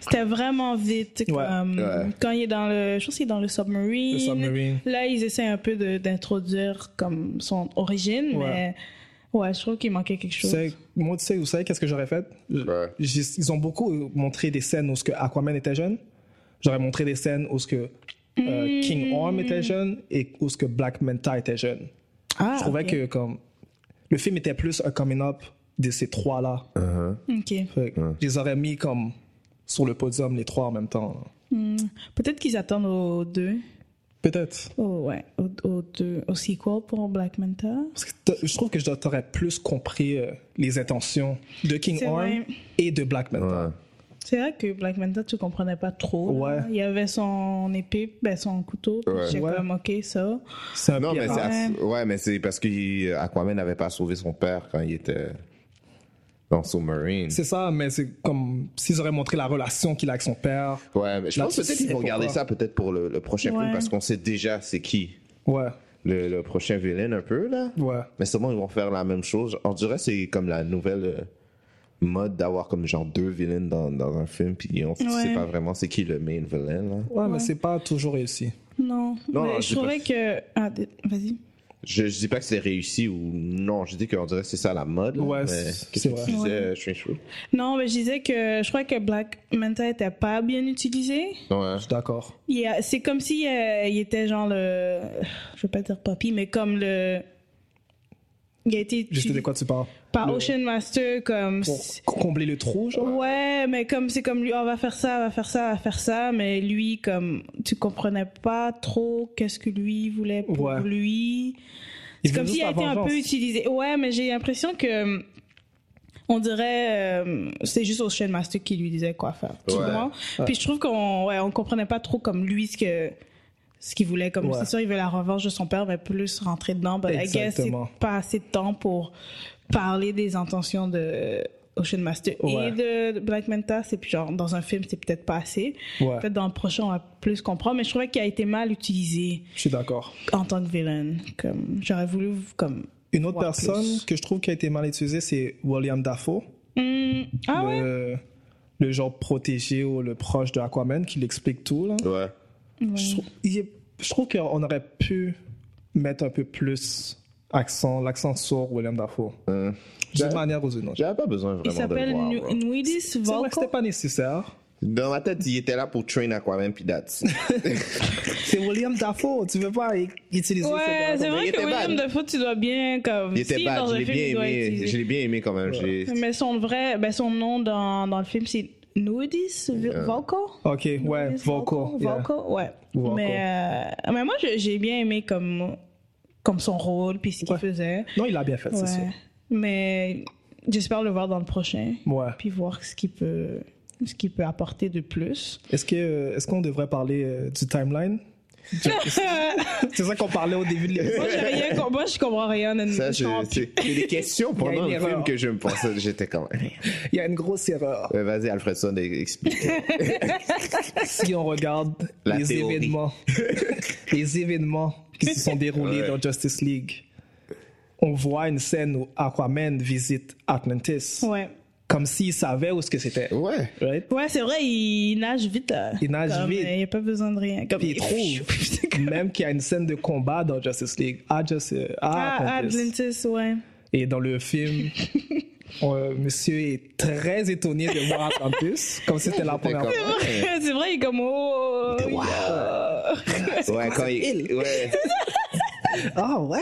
S5: C'était vraiment vite.
S4: Ouais.
S5: Comme,
S6: Ouais.
S5: Quand il est dans le. Je pense qu'il est dans le submarine.
S4: Le submarine.
S5: Là, ils essaient un peu de- d'introduire comme son origine,
S4: Ouais.
S5: mais ouais, je trouve qu'il manquait quelque chose.
S4: C'est- moi, tu sais, vous savez, qu'est-ce que j'aurais fait
S6: Ouais.
S4: J'ai- Ils ont beaucoup montré des scènes où ce que Aquaman était jeune. J'aurais montré des scènes où ce que
S5: Hmm.
S4: euh, King Orm était jeune et où ce que Black Manta était jeune.
S5: Ah,
S4: Je trouvais
S5: ok.
S4: que comme, le film était plus un coming up de ces trois-là.
S6: Ah,
S5: Ok.
S4: Fait que Je les aurais mis comme sur le podium, les trois en même temps. là.
S5: Peut-être qu'ils attendent aux deux.
S4: Peut-être.
S5: Oh, ouais, au, au, deux- au sequel pour Black Manta.
S4: Parce que t'a- je trouve que je t'aurais plus compris euh, les intentions de King
S5: C'est
S4: Orm
S5: vrai.
S4: et de Black Manta.
S6: Ouais.
S5: C'est vrai que Black Manta, tu comprenais pas trop. là.
S4: Ouais.
S5: Il y avait son épée, ben son couteau. puis
S6: Ouais.
S5: J'étais
S4: Ouais.
S5: comme, ok, ça.
S4: C'est un hein.
S6: Non, mais c'est
S4: pirate.
S6: à-
S5: Ouais.
S6: ouais, mais c'est parce que Aquaman n'avait pas sauvé son père quand il était dans Submarine.
S4: C'est ça, mais c'est comme s'ils auraient montré la relation qu'il a avec son père.
S6: Ouais, mais je
S4: Là,
S6: pense
S4: tu
S6: peut-être
S4: sais
S6: qu'ils vont garder
S4: pourquoi.
S6: ça peut-être pour le, le prochain
S5: Ouais.
S6: film parce qu'on sait déjà c'est qui
S4: Ouais,
S6: le, le prochain vilain un peu là.
S4: ouais.
S6: Mais sûrement ils vont faire la même chose. On dirait c'est comme la nouvelle euh, mode d'avoir comme genre deux vilains dans, dans un film puis on sait
S5: Ouais.
S6: pas vraiment c'est qui le main vilain là.
S4: Ouais, mais c'est pas toujours réussi.
S5: Non.
S6: Non,
S5: mais
S6: non,
S5: je
S6: j'ai pas
S5: trouvais que. Ah, d- vas-y.
S6: Je, je dis pas que c'est réussi ou non, je dis qu'on dirait que c'est ça la mode. là,
S4: Ouais,
S6: mais
S4: c'est-
S6: qu'est-ce que
S4: c'est
S6: tu
S5: vrai.
S6: disais, euh, Strange Fruit?
S5: Non, mais je disais que je crois que Black Manta était pas bien utilisé.
S6: Ouais.
S4: Je suis d'accord.
S5: Il y a- C'est comme si euh, il était genre le. Je vais pas dire papy, mais comme le. Il a été
S4: Je sais de quoi tu parles.
S5: par
S4: Le-
S5: Ocean Master comme.
S4: Pour combler le trou, genre.
S5: Ouais, mais comme c'est comme lui, on va faire ça, on va faire ça, on va faire ça, mais lui, comme tu comprenais pas trop qu'est-ce que lui voulait pour
S4: Ouais.
S5: lui. C'est
S4: Il veut
S5: comme
S4: juste
S5: s'il a
S4: la
S5: été un
S4: vengeance.
S5: peu utilisé. Ouais, mais j'ai l'impression que hum, on dirait euh, c'est juste Ocean Master qui lui disait quoi faire. Tu
S6: Ouais.
S5: comprends? Puis je trouve qu'on ouais, on comprenait pas trop comme lui ce que ce qu'il voulait comme
S4: Ouais.
S5: c'est sûr il veut la revanche de son père mais plus rentrer dedans but I guess c'est
S4: Exactement.
S5: pas assez de temps pour parler des intentions de Ocean Master
S4: Ouais.
S5: et de Black Manta c'est puis genre dans un film c'est peut-être pas assez
S4: Ouais.
S5: peut-être dans le prochain on va plus comprendre mais je trouvais qu'il a été mal utilisé
S4: Je suis d'accord.
S5: en tant que villain comme j'aurais voulu comme
S4: Une autre
S5: voir
S4: personne
S5: plus.
S4: que je trouve qui a été mal utilisée, c'est William Dafoe.
S5: Hmm, ah ouais
S4: le, le genre protégé ou le proche de Aquaman qui l'explique tout. Là.
S6: Ouais.
S4: Je, trouve, il est- je trouve qu'on aurait pu mettre un peu plus accent, l'accent sur William Dafoe.
S6: Hum.
S4: D'une manière ou d'une autre.
S6: J'avais pas besoin
S5: il
S6: vraiment de le
S5: s'appelle
S6: voir. bro.
S5: Nwidis
S4: C'est vrai que
S5: Volko
S4: c'était pas nécessaire.
S6: Dans ma tête, il était là pour train Aquaman puis that's.
S4: C'est William Dafoe, tu veux pas i- utiliser
S5: Ouais,
S4: ce
S5: c'est
S4: gars
S5: vrai
S6: il
S5: que
S6: était bad.
S5: William Dafoe, tu dois bien comme.
S6: Il était
S5: si,
S6: bad,
S5: dans
S6: je
S5: un
S6: l'ai
S5: film,
S6: bien
S5: il doit être
S6: aimé. Je
S5: utilisé.
S6: l'ai bien aimé quand même. j'ai-
S5: Mais son vrai, ben son nom dans, dans le film, c'est Nudis Volko.
S4: Ok, ouais,
S5: Nudis
S4: Volko. yeah.
S5: Volko, ouais.
S4: Volko.
S5: Mais, euh, mais moi, je- j'ai bien aimé comme, comme son rôle puis ce qu'il
S4: Ouais.
S5: faisait.
S4: Non, il a bien fait,
S5: Ouais.
S4: c'est sûr.
S5: Mais j'espère le voir dans le prochain.
S4: Ouais.
S5: Puis voir ce qu'il peut, ce qu'il peut apporter de plus.
S4: Est-ce que est-ce qu'on devrait parler euh, du timeline C'est ça qu'on parlait au début de
S5: Moi,
S4: l'épisode.
S5: j'ai rien com- moi, je comprends rien.
S6: Ça,
S5: honnêtement.
S6: je-
S5: Je comprends plus.
S6: c'est c'est des questions
S4: Il y a
S6: pendant
S4: une
S6: le
S4: erreur.
S6: film que je me pensais. J'étais quand même.
S4: Il y a une grosse erreur.
S6: Euh, Vas-y, Alfredson, explique.
S4: Euh, si on regarde
S6: La
S4: les
S6: théorie.
S4: événements, les événements qui se sont déroulés
S6: Ouais.
S4: dans Justice League, on voit une scène où Aquaman visite Atlantis,
S5: Ouais.
S4: comme s'il savait où ce que c'était.
S6: Ouais.
S4: Right?
S5: Ouais, c'est vrai, il nage vite. là.
S4: Il nage
S5: Comme,
S4: vite.
S5: euh, Il n'y a pas besoin de rien. Comme,
S4: Puis il trouve même qu'il y a une scène de combat dans Justice League. Ah, Justice,
S5: Ah,
S4: ah, Atlantis.
S5: Atlantis, ouais.
S4: Et dans le film, euh, monsieur est très étonné de voir Atlantis, comme si c'était la première fois.
S5: C'est vrai, il est comme oh.
S6: Wow.
S5: yeah.
S6: Ouais, quand il, ouais,
S4: Ah ouais?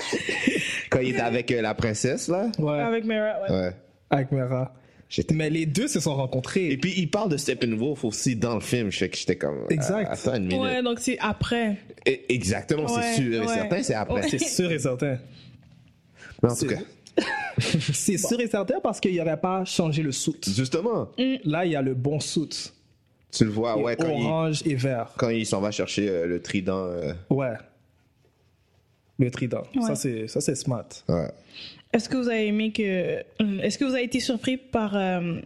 S6: quand il est avec euh, la princesse, là.
S4: Ouais,
S5: Avec
S4: avec,
S5: Mera, ouais.
S6: Ouais.
S4: Mera.
S6: J'étais-
S4: Mais les deux se sont rencontrés.
S6: Et puis, il parle de Steppenwolf aussi dans le film. Je sais que j'étais comme.
S4: Exact.
S6: euh, Attends une minute.
S5: Ouais, donc c'est après.
S6: Et- Exactement,
S5: Ouais,
S6: c'est sûr et
S5: ouais.
S6: certain, c'est après.
S5: Ouais.
S4: C'est sûr et certain.
S6: Mais en tout cas,
S4: C'est sûr et certain parce qu'il n'aurait pas changé le suit.
S6: justement,
S4: Là, il y a le bon suit.
S6: tu le vois,
S4: Il est
S6: Mm. ouais, quand il,
S4: orange et vert.
S6: quand il s'en va chercher euh, le trident. euh,
S4: Ouais. Le trident.
S5: Ouais.
S4: Ça, c'est, ça, c'est smart.
S6: ouais.
S5: Est-ce que vous avez aimé que. euh, Est-ce que vous avez été surpris par. euh,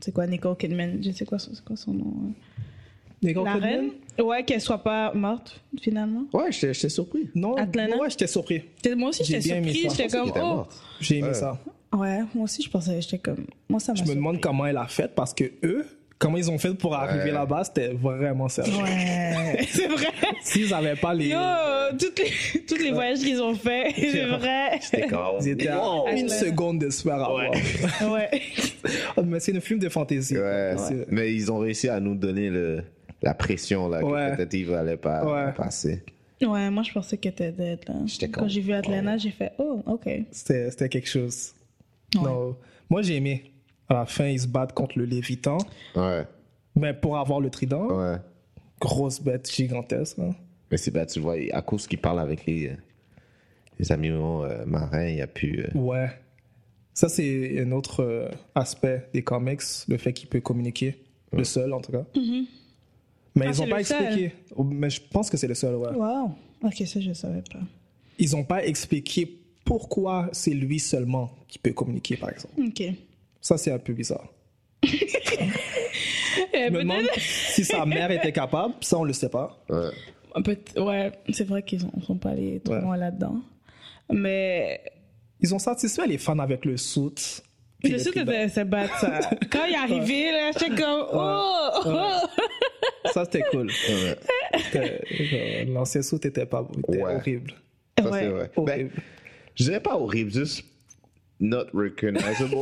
S5: C'est quoi, Nicole Kidman Je sais quoi, son- c'est quoi son nom euh,
S4: Nicole
S5: La
S4: Kidman?
S5: reine Ouais, qu'elle soit pas morte, finalement.
S6: Ouais, j'étais j'étais surpris.
S4: Non,
S5: Atlanta?
S4: ouais, j'étais surpris.
S5: Peut-être Moi aussi,
S4: J'ai
S5: j'étais
S4: bien aimé
S5: surprise.
S4: ça.
S5: J'étais
S6: Elle
S5: comme.
S6: était
S5: Oh
S6: morte.
S4: J'ai aimé
S6: Ouais.
S4: ça.
S5: Ouais, moi aussi, je pensais. J'étais comme. Moi, ça m'a
S4: Je me demande comment elle a fait parce que eux, comment ils ont fait pour arriver
S6: Ouais.
S4: là-bas, c'était vraiment sérieux.
S5: surpris. Ouais. c'est vrai.
S4: S'ils n'avaient pas les.
S5: Yo, toutes les, toutes les voyages qu'ils ont fait, c'est vrai.
S6: C'était comme-
S4: Ils étaient à une
S5: Atlanta.
S4: seconde de se faire avoir.
S5: Ouais.
S4: Mais c'est un film de fantaisie.
S6: Ouais,
S4: C'est-
S6: mais ils ont réussi à nous donner le, la pression là, que
S4: Ouais.
S6: peut-être ils n'allaient pas
S4: Ouais.
S6: passer.
S5: Ouais, moi je pensais qu'elle était dead. Là.
S6: J'étais
S5: Quand
S6: comme-
S5: j'ai vu Atlanta, j'ai fait oh, ok.
S4: C'était, c'était quelque chose. Non. Moi, j'ai aimé. À la fin, ils se battent contre le Lévitan.
S6: Ouais,
S4: Mais pour avoir le trident,
S6: ouais.
S4: grosse bête gigantesque. hein.
S6: Mais c'est bien, tu vois, à cause qu'il parle avec les, euh, les amis euh, marins, il a pu. euh,
S4: Ouais. Ça, c'est un autre euh, aspect des comics, le fait qu'il peut communiquer. Le seul, en tout cas. Mais
S5: Mm-hmm. Ah,
S4: ils n'ont
S5: c'est
S4: pas
S5: le seul.
S4: expliqué. Mais je pense que c'est le seul, ouais.
S5: Wow. Ok, ça je savais pas.
S4: Ils n'ont pas expliqué pourquoi c'est lui seulement qui peut communiquer, par exemple.
S5: Ok.
S4: Ça, c'est un peu bizarre.
S5: Eh,
S4: Je me demande
S5: peut-être-
S4: si sa mère était capable. Ça, on le sait pas.
S6: ouais.
S5: peut- ouais, c'est vrai qu'ils ne sont pas allés trop
S4: Ouais.
S5: loin là-dedans. Mais
S4: Ils ont satisfait les fans avec le suit. puis
S5: le sud
S4: trident.
S5: était se battre. ça. Quand il est arrivé, là, j'étais comme oh.
S4: Ça, c'était cool. C'était- euh, L'ancien suit était pas beau. C'était
S6: Ouais.
S4: horrible.
S6: Ça, c'est
S5: Ouais.
S6: vrai. Ben,
S4: Horrible.
S6: je dirais pas horrible, juste not recognizable.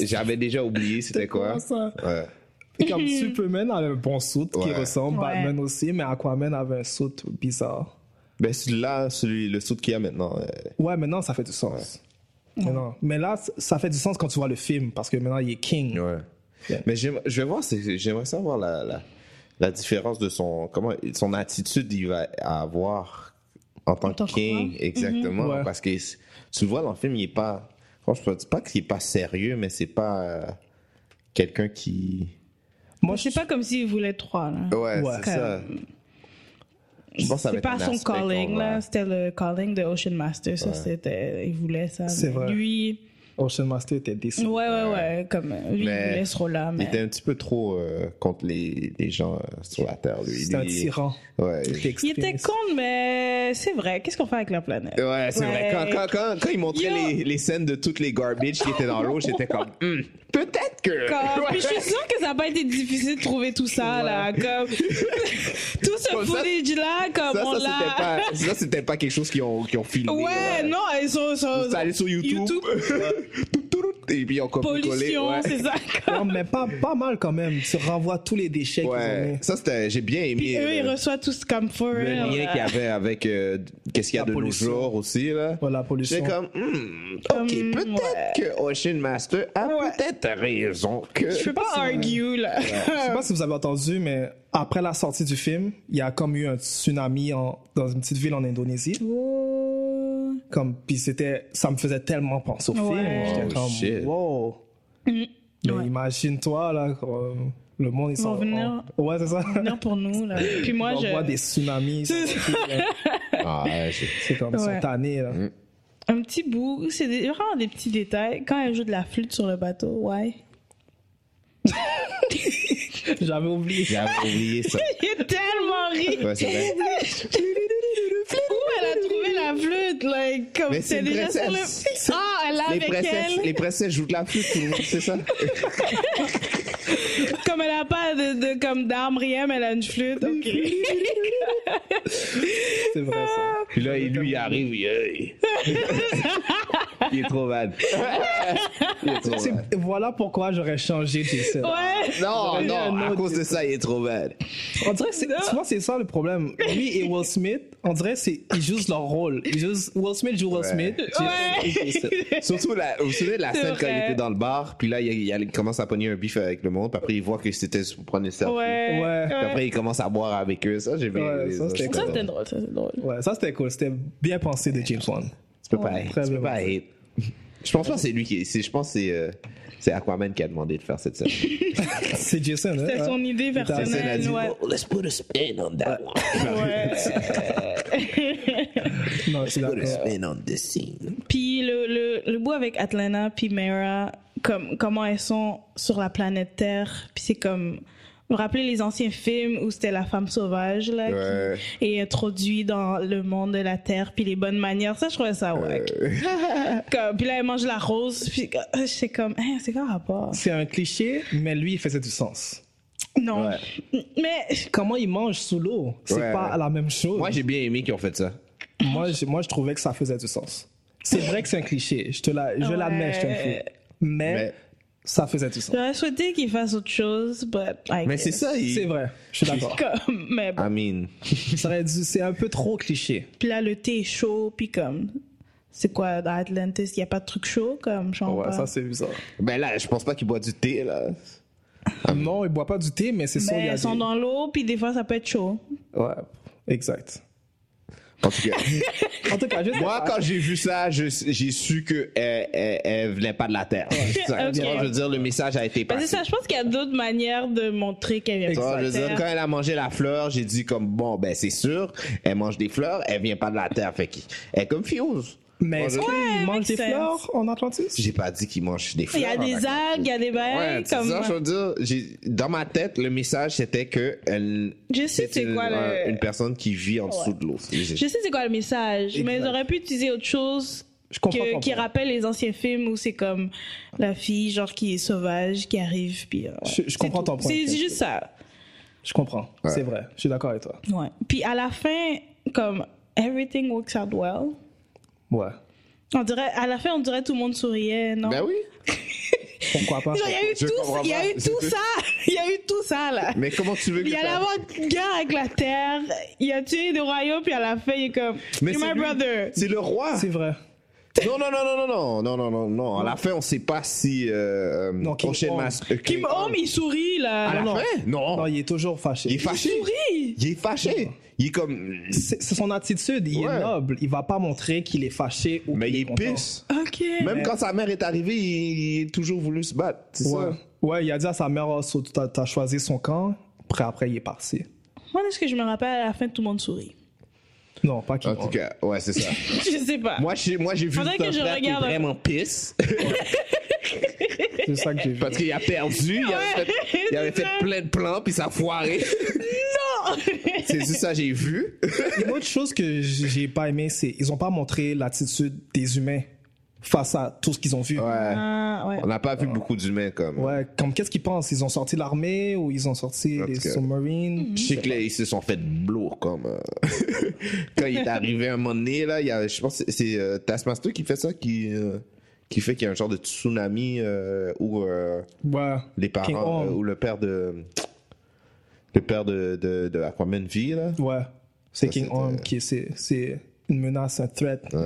S6: J'avais déjà oublié c'était quoi.
S4: Comment ça?
S6: Ouais.
S4: Et Comme Superman avait un bon suit qui
S6: Ouais.
S4: ressemble,
S5: Ouais.
S4: Batman aussi, mais Aquaman avait un suit bizarre.
S6: Ben celui-là, celui, le saut qu'il y a maintenant. euh,
S4: Ouais, maintenant ça fait du sens. Maintenant. Mais là, c- ça fait du sens quand tu vois le film, parce que maintenant il est king.
S6: Ouais.
S4: Yeah.
S6: Mais j'aime- je vais voir, c'est- j'aimerais savoir la, la, la différence de son, comment, son attitude il va avoir en tant
S5: tant
S6: que
S5: que
S6: king,
S5: roi.
S6: exactement.
S4: Mhm. Ouais.
S6: Parce que c- tu le vois dans le film, il est pas. Bon, je ne dis pas qu'il est pas sérieux, mais c'est pas euh, quelqu'un qui.
S4: Moi,
S5: C'est pas comme s'il voulait trois. Là.
S6: Ouais,
S4: Ouais.
S6: c'est ça. Je pense que ça va
S5: C'est
S6: être
S5: pas
S6: un
S5: son
S6: aspect qu'on
S5: calling,
S6: va-
S5: là. C'était le calling de Ocean Master. Ça, c'était. Il voulait ça.
S4: C'est
S5: mais
S4: vrai.
S5: Lui.
S4: Ocean Master était déçu.
S5: Ouais, ouais, ouais. Comme, euh, lui,
S6: Mais
S5: il voulait ce rôle-là.
S6: Il
S5: Mais...
S6: était un petit peu trop euh, contre les, les gens euh, sur la terre, lui.
S4: C'était un
S6: Il-
S4: tyran.
S6: Ouais.
S5: Il était con, mais c'est vrai. Qu'est-ce qu'on fait avec la planète?
S6: Ouais, c'est vrai. Quand,
S5: Ouais.
S6: quand, quand, quand ils montraient
S5: Yo.
S6: les, les scènes de toutes les garbage qui étaient dans l'eau, j'étais comme, Hmm, peut-être que.
S5: Comme-
S6: Ouais.
S5: Puis je suis sûre que ça n'a pas été difficile de trouver tout ça, là. Comme... tout ce
S6: Comme ça-
S5: footage-là, comme
S6: Ça,
S5: on
S6: ça, c'était
S5: l'a.
S6: pas, ça, c'était pas quelque chose qu'ils ont, qu'ils ont filmé.
S5: Ouais, non, ils sont. sont-
S6: Ça allait sur YouTube.
S5: YouTube.
S6: Tout, tout, tout. Et puis ils ont copié collé.
S5: Pollution,
S6: Ouais.
S5: c'est ça.
S4: Non, mais pas, pas mal quand même. Tu renvoies tous les déchets qu'ils ont
S6: Ouais.
S4: mis.
S6: Ça, c'était, j'ai bien aimé.
S5: Puis eux, ils
S6: le-
S5: reçoivent tout ce comme for
S6: le
S5: real,
S6: lien
S5: là.
S6: qu'il y avait avec euh, qu'est-ce qu'il y a
S4: La
S6: de
S4: pollution.
S6: nos jours aussi là.
S4: Ouais, la pollution.
S6: J'étais comme, Hmm, ok,
S5: Hum,
S6: peut-être que Ocean Master a peut-être raison que.
S5: Je peux pas argue, là.
S4: Je sais pas si vous avez entendu, mais après la sortie du film, il y a comme eu un tsunami en- dans une petite ville en Indonésie.
S5: Oh.
S4: Comme, puis c'était, ça me faisait tellement penser au
S5: Ouais.
S4: film.
S6: Oh,
S4: J'étais comme,
S6: shit.
S4: wow. Mais
S5: Ouais.
S4: imagine-toi, là, euh, le monde, ils
S5: Ils vont
S4: sont.
S5: venir-
S4: en- Ouais, c'est ça.
S5: Non, pour nous, là. Puis moi,
S4: On
S5: je.
S4: voit des tsunamis.
S5: C'est
S4: ils sont-
S6: Ah, ouais, j'ai-
S4: C'est comme, ils
S5: Ouais.
S4: sont tannés, là.
S6: Mm.
S5: Un petit bout, c'est des- vraiment des petits détails. Quand elle joue de la flûte sur le bateau, ouais.
S4: J'avais oublié.
S6: J'avais oublié ça.
S5: J'ai tellement ri.
S6: Ouais, c'est vrai.
S5: Où elle a trouvé la flûte, like, comme
S6: Mais c'est
S5: c'est
S6: une
S5: déjà sur
S6: princesse.
S5: le. Ah, elle a
S6: Les
S5: avec
S6: princesses,
S5: elle,
S6: les princesses jouent de la flûte, tout le monde, c'est ça?
S5: comme elle a a pas de, de comme d'armes, rien, mais elle a une flûte. ok.
S4: C'est vrai ça.
S7: Puis là, il lui il arrive, il, hey. il est trop bad.
S6: Il est trop
S4: C'est-
S6: bad.
S4: Voilà pourquoi j'aurais changé Jason.
S5: Ouais.
S6: Non,
S4: J'aurais mis
S6: non,
S4: un
S6: à
S4: autre
S6: cause de ça, il est trop bad.
S4: On dirait que c'est, tu vois, c'est ça le problème. Lui et Will Smith, on dirait c'est ils jouent leur rôle. Ils jouent, Will Smith joue Will
S6: Ouais.
S4: Smith. Jason
S5: Ouais.
S4: joue Jason.
S6: Surtout, la, vous vous souvenez de la
S5: C'est
S6: scène quand il
S5: vrai.
S6: était dans le bar, puis là, il, il- il commence à pogner un bif avec le monde, puis après, il voit que c'était pour prendre des selfies.
S5: Ouais.
S4: Ouais.
S6: Puis après, il commence à boire avec eux. Ça, j'ai bien
S4: Ouais,
S6: aimé
S4: ça, c'était
S5: Ça,
S6: drôle.
S5: c'était drôle, ça, c'est drôle.
S4: Ouais, ça c'était cool. C'était bien pensé de James Wan.
S6: Tu peux pas
S4: Ouais,
S6: hate.
S4: très
S6: Tu peux
S4: bien.
S6: pas hate. Je pense pas que c'est lui qui. c'est- Je pense que c'est euh, c'est Aquaman qui a demandé de faire cette scène.
S4: C'est Jason. hein,
S5: C'était
S4: ouais.
S5: son idée
S4: Putain,
S6: La scène a dit
S5: personnelle. Ouais.
S6: "Oh, Let's put a spin on that one.
S5: Ouais.
S4: Non, je suis
S6: Put a
S4: d'accord.
S6: spin on this scene.
S5: Puis le, le, le bout avec Atlanta, puis Mera, comme, comment elles sont sur la planète Terre. Puis c'est comme. Vous vous rappelez les anciens films où c'était la femme sauvage, là,
S6: Ouais.
S5: qui est introduite dans le monde de la Terre, puis les bonnes manières. Ça, je trouvais ça wack. Comme, puis là, elle mange la rose, puis euh, c'est comme. Hein, c'est quoi le rapport?
S4: C'est un cliché, mais lui il faisait du sens.
S5: Non. Mais.
S4: Comment il mange sous l'eau, c'est
S6: Ouais.
S4: pas la même chose.
S6: Moi, j'ai bien aimé qu'ils ont fait ça.
S4: Moi, je, moi, je trouvais que ça faisait du sens. C'est vrai que c'est un cliché. Je te la, je
S5: Ouais.
S4: l'admets, je te le fais. Mais,
S6: Mais-
S4: ça faisait du sens.
S5: J'aurais souhaité qu'il fasse autre chose, but I
S6: Mais
S5: guess.
S6: c'est ça. il-
S4: C'est vrai. Je suis d'accord.
S5: Comme, mais bon.
S6: I mean.
S4: Ça aurait dû- c'est un peu trop cliché.
S5: Puis là, le thé est chaud, puis comme. C'est quoi, dans Atlantis, il n'y a pas de truc chaud, comme, genre. pas.
S4: c'est bizarre.
S6: Ben là, je pense pas qu'il boit du thé, là.
S4: Non, il boit pas du thé, mais c'est son
S5: Mais elles sont
S4: yaourt.
S5: dans l'eau, puis des fois, ça peut être chaud. Ben,
S4: Ouais, exact.
S6: En tout cas,
S4: En tout cas, juste
S6: moi, quand j'ai vu ça, je- j'ai su que elle, elle- elle venait pas de la Terre. C'est ça.
S5: Ok.
S6: Tu vois, Je veux dire, le message a été
S5: Ben,
S4: Bah,
S6: passé.
S5: c'est ça, je pense qu'il y a d'autres manières de montrer qu'elle vient
S6: Tu vois,
S5: pas
S6: Ah, je
S5: de
S6: veux
S5: la
S6: dire,
S5: Terre.
S6: quand elle a mangé la fleur, j'ai dit comme bon, ben c'est sûr, elle mange des fleurs, elle vient pas de la terre, fait qu'elle est comme fuse.
S4: Mais est-ce
S6: Ouais,
S4: qu'il mange
S5: makes
S4: des
S5: sense.
S4: fleurs en Atlantis
S6: J'ai pas dit qu'il mange des
S5: Il
S6: fleurs.
S5: y a des
S6: hein,
S5: algues, il y a des
S6: d'accord.
S5: bails,
S6: Ouais, c'est
S5: comme.
S6: ça, je veux dire, j'ai- dans ma tête, le message c'était que elle,
S5: Je sais c'est
S6: une,
S5: quoi le-
S6: un- une personne qui vit en dessous de l'eau. C'est-
S5: Je sais c'est quoi le message, mais ils auraient pu utiliser autre chose
S4: Je comprends
S5: que-
S4: ton
S5: qui
S4: point.
S5: rappelle les anciens films où c'est comme la fille genre qui est sauvage, qui arrive puis euh, ouais.
S4: Je- je
S5: C'est
S4: comprends
S5: tout.
S4: ton point.
S5: C'est juste ça.
S4: Je comprends. C'est vrai. Je suis d'accord avec toi.
S5: Ouais. Puis à la fin comme everything works out well.
S4: Ouais.
S5: On dirait à la fin on dirait tout le monde souriait, non
S6: Ben oui.
S4: Pourquoi pas
S5: Genre, il y a eu
S6: Je comprends
S5: tout, il y a
S6: pas.
S5: eu tout ça, il y a eu tout ça là.
S6: Mais comment tu veux que
S5: Il y a
S6: ça-
S5: l'avant-guerre avec la terre, il a tué des royaumes puis à la fin il est comme
S6: Mais
S5: You're
S6: c'est
S5: my
S6: lui.
S5: brother.
S6: C'est le roi.
S4: C'est vrai.
S6: Non, non, non, non, non, non, non, non, non, non. À la fin, on sait pas si. Euh,
S4: Non, Kim
S6: Prochaine
S4: Hong.
S6: masse- euh,
S5: Kim Hong il sourit là.
S6: À la
S5: Non, non.
S6: fin? Non.
S4: Non, il est toujours fâché.
S6: Il est fâché.
S5: sourit.
S6: Il est fâché. Il est comme.
S4: C'est c'est son attitude. Il
S6: Ouais.
S4: est noble. Il va pas montrer qu'il est fâché ou
S6: Mais
S4: qu'il
S6: il
S4: est
S6: est
S4: content.
S6: pisse.
S5: OK.
S6: Même quand sa mère est arrivée, il, il a toujours voulu se battre. C'est
S4: Ouais.
S6: ça?
S4: ouais, il a dit à sa mère, oh, so- t'as t'as choisi son camp. Après, après, il est parti.
S5: Moi, est-ce que je me rappelle à la fin, tout le monde sourit
S4: Non, pas qu'il
S6: En tout cas, ouais, c'est ça.
S5: Je sais pas.
S6: moi, j'ai, moi, j'ai vu
S5: Faudrait que
S6: son
S5: je
S6: frère qui est
S5: regarde.
S6: vraiment pisse.
S4: C'est ça que j'ai vu.
S6: Parce qu'il a perdu. Il avait fait, il avait fait plein de plans, puis ça a foiré.
S5: Non
S6: c'est juste ça, j'ai vu.
S4: Une autre chose que j- j'ai pas aimé, c'est ils ont pas montré l'attitude des humains face à tout ce qu'ils ont vu.
S6: Ouais.
S5: Ah, ouais.
S6: On n'a pas vu beaucoup d'humains, comme.
S4: Ouais, comme qu'est-ce qu'ils pensent Ils ont sorti l'armée ou ils ont sorti
S6: En
S4: les
S6: tout cas.
S4: submarines
S6: Je sais que là, ils se sont fait blour comme. euh, Quand il est arrivé un moment donné, là, il y a, je pense que c'est- c'est euh, Taskmaster qui fait ça, qui, euh, qui fait qu'il y a un genre de tsunami euh, où euh,
S4: Ouais.
S6: les
S4: King
S6: parents,
S4: Kong.
S6: euh, où le père de. Le père de, de, de Aquaman vit, là.
S4: Ouais.
S6: euh, Ça,
S4: C'est King
S6: c'était- euh,
S4: Arm qui est- c'est c'est une menace, un threat. Ouais.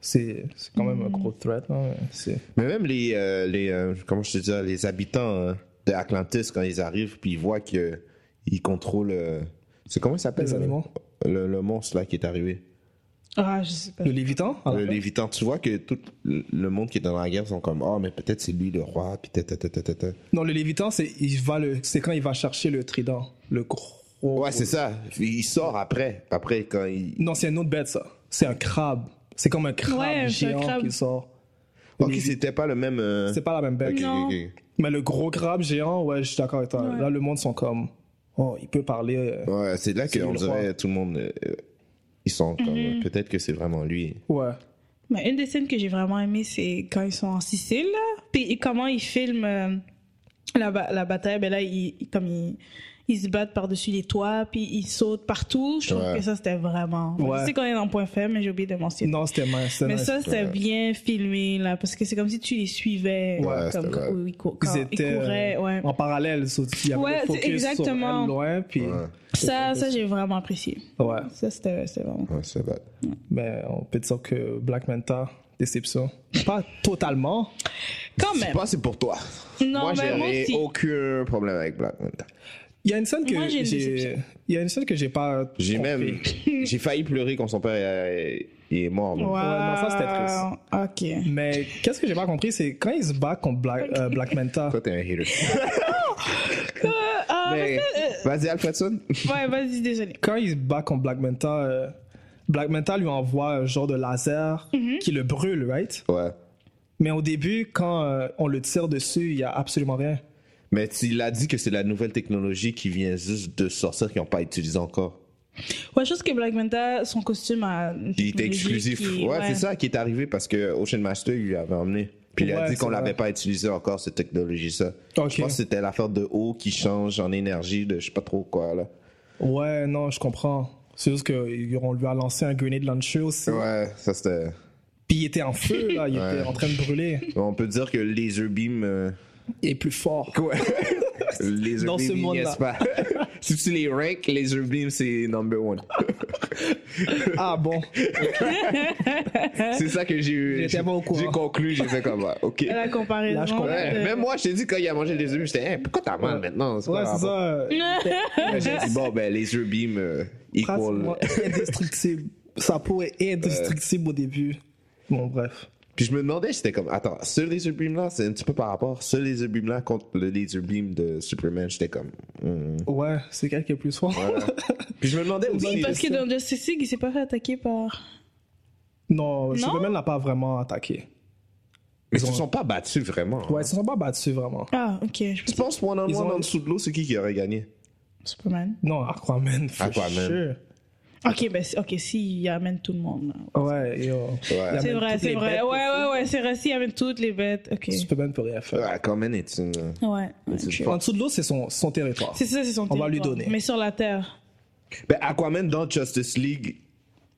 S4: C'est c'est quand même un gros threat. hein, c'est-
S6: Mais même les. euh, les euh, comment je te dis, les habitants d'Atlantis, quand ils arrivent, puis ils voient qu'ils contrôlent. euh, c'est comment il s'appelle
S4: Les
S6: le-
S4: animaux.
S6: le- le monstre, là, qui est arrivé.
S5: Ah, je sais pas.
S4: Le Lévitan à la
S6: le
S4: fin.
S6: Lévitan, tu vois que tout le monde qui est dans la guerre sont comme oh mais peut-être c'est lui le roi puis ta, ta, ta, ta, ta, ta.
S4: Non, le Lévitan, c'est il va le- c'est quand il va chercher le trident. Le gros.
S6: ouais c'est ça il sort après après quand il
S4: Non, c'est un autre bête, ça. C'est un crabe. C'est comme un crabe
S5: Ouais, c'est un
S4: géant
S5: crabe.
S4: qui sort.
S6: ok c'était pas le même euh,
S4: C'est pas la même bête.
S6: ok, ok,
S5: Non.
S6: ok.
S4: Mais le gros crabe géant, ouais, je suis d'accord avec toi. Là, le monde sont comme, oh, il peut parler. euh.
S6: ouais c'est là
S4: C'est
S6: que on
S4: le roi.
S6: dirait tout le monde euh, euh, ils sont comme
S5: Mm-hmm.
S6: peut-être que c'est vraiment lui
S4: Ouais.
S5: Mais une des scènes que j'ai vraiment aimée, c'est quand ils sont en Sicile, là. Puis comment ils filment euh, la, ba- la bataille, ben là, ils, ils- comme ils, ils se battent par-dessus les toits, puis ils sautent partout. Je trouve
S6: Ouais.
S5: que ça, c'était vraiment.
S4: Ouais.
S5: Je sais qu'on est en point faible, mais j'ai oublié de mentionner.
S4: Non, c'était mince. c'était
S5: mais
S4: mince.
S5: ça, c'était bien filmé, là, parce que c'est comme si tu les suivais.
S6: Ouais,
S5: comme
S6: c'était
S5: quand,
S6: vrai.
S5: où ils, cou- quand
S4: ils
S5: ils
S4: étaient euh,
S5: couraient. Ouais.
S4: en parallèle, sauf qu'il y avait
S5: Ouais,
S4: le focus
S5: c'est exactement.
S4: sur elle loin, puis
S6: Ouais.
S5: Ça, ça j'ai vraiment apprécié.
S4: ouais.
S5: Ça, c'était c'était vraiment.
S6: Ouais, c'est bad.
S5: Ben
S4: Mais on peut dire que Black Manta, déception. Pas totalement.
S5: Quand
S6: Je
S5: même.
S6: pense que c'est pour toi.
S5: Non,
S6: moi,
S5: mais moi
S6: j'avais
S5: aussi.
S6: aucun problème avec Black Manta.
S4: Il y a une scène que
S5: Moi, j'ai une
S4: j'ai,
S5: déception.
S4: il y a une scène que j'ai pas.
S6: J'ai
S4: compris.
S6: même, j'ai failli pleurer quand son père est, est mort.
S5: Wow.
S6: moi.
S4: non, ça,
S5: c'était triste. Ok.
S4: Mais qu'est-ce que j'ai pas compris, c'est quand il se bat contre Black, euh, Black Manta.
S6: Toi, t'es un hater.
S5: Ah,
S6: Mais- Vas-y, Alfredson.
S5: ouais, vas-y, désolé.
S4: Quand il se bat contre Black Manta, euh, Black Manta lui envoie un genre de laser qui le brûle, right?
S6: Ouais.
S4: Mais au début, quand euh, on le tire dessus, il y a absolument rien.
S6: Mais tu- il a dit que c'est la nouvelle technologie qui vient juste de sortir, qui n'ont pas utilisé encore.
S5: Ouais, je pense que Black Manta, son costume a. une
S6: Il était
S5: technologie
S6: exclusif.
S5: qui-
S6: ouais, c'est ça qui est arrivé parce que Ocean Master, il lui avait emmené. Puis il
S4: Ouais,
S6: a dit qu'on
S4: c'est
S6: l'avait
S4: vrai.
S6: pas utilisé encore, cette technologie-là.
S4: Ok.
S6: Je pense que c'était l'affaire de eau qui change en énergie de je sais pas trop quoi, là.
S4: Ouais, non, je comprends. C'est juste qu'on lui a lancé un grenade launcher aussi.
S6: Ouais, ça c'était.
S4: Puis il était en feu, là. Il
S6: Ouais.
S4: était en train de brûler.
S6: On peut dire que Laser Beam. euh,
S4: Il est plus fort.
S6: Quoi? Laser
S4: Dans
S6: Beam,
S4: ce
S6: il n'y
S4: monde-là.
S6: est pas. si tu les ranks, Laser Beam, c'est number one.
S4: Ah bon?
S6: c'est ça que j'ai eu.
S4: Hein? J'étais
S6: j'ai-
S4: pas au courant.
S6: J'ai conclu, j'ai fait comme ça. OK.
S5: La comparaison.
S4: Là, je comprends.
S6: Ouais,
S5: de-
S6: Même moi, je t'ai dit, quand il a mangé les œufs, j'étais, Hey, pourquoi t'as mal
S4: Ouais.
S6: maintenant?
S4: Ouais,
S6: quoi
S4: c'est
S6: le rapport?
S4: ça. euh,
S6: Ouais, J'ai dit, bon, ben, les œufs beam euh, equal.
S4: Pratiquement indestructible. Sa peau est indestructible au début. Bon, bref.
S6: Puis je me demandais, j'étais comme, attends, ce laser beam là, c'est un petit peu par rapport, ce laser beam là contre le laser beam de Superman, j'étais comme. hmm.
S4: Ouais, c'est quelqu'un qui est plus fort.
S6: Puis je me demandais aussi.
S5: Oui, parce que dans Justice League, il s'est pas fait attaquer par.
S4: Non, Superman
S5: Non?
S4: l'a pas vraiment attaqué.
S6: Mais ils se sont pas battus vraiment. hein.
S4: Ouais, ils se sont pas battus vraiment.
S5: Ah, ok.
S6: Tu
S5: Je pense
S6: penses, one on
S4: Ils
S6: one
S4: ont-
S6: en dessous de l'eau, c'est qui qui aurait gagné?
S5: que c'est pas mal.
S4: Non, Aquaman, for
S6: Aquaman.
S4: sure.
S5: Ok, ben, c'est- ok, si, il amène tout le monde. là.
S4: Ouais, yo. Il amène
S5: C'est vrai,
S4: toutes
S5: c'est
S4: les
S5: vrai.
S4: bêtes
S5: Ouais, ouais, ouais, c'est vrai. Si, il amène toutes les bêtes. Ok.
S4: possibles. Superman peut rien faire.
S6: Ah, quand même, est une.
S5: Ouais. ouais,
S6: c'est
S5: je-
S6: fort.
S4: En dessous de l'eau, c'est son, son territoire.
S5: C'est ça, c'est son
S4: On va
S5: territoire.
S4: lui donner.
S5: Mais sur la Terre.
S6: Ben, Aquaman dans Justice League,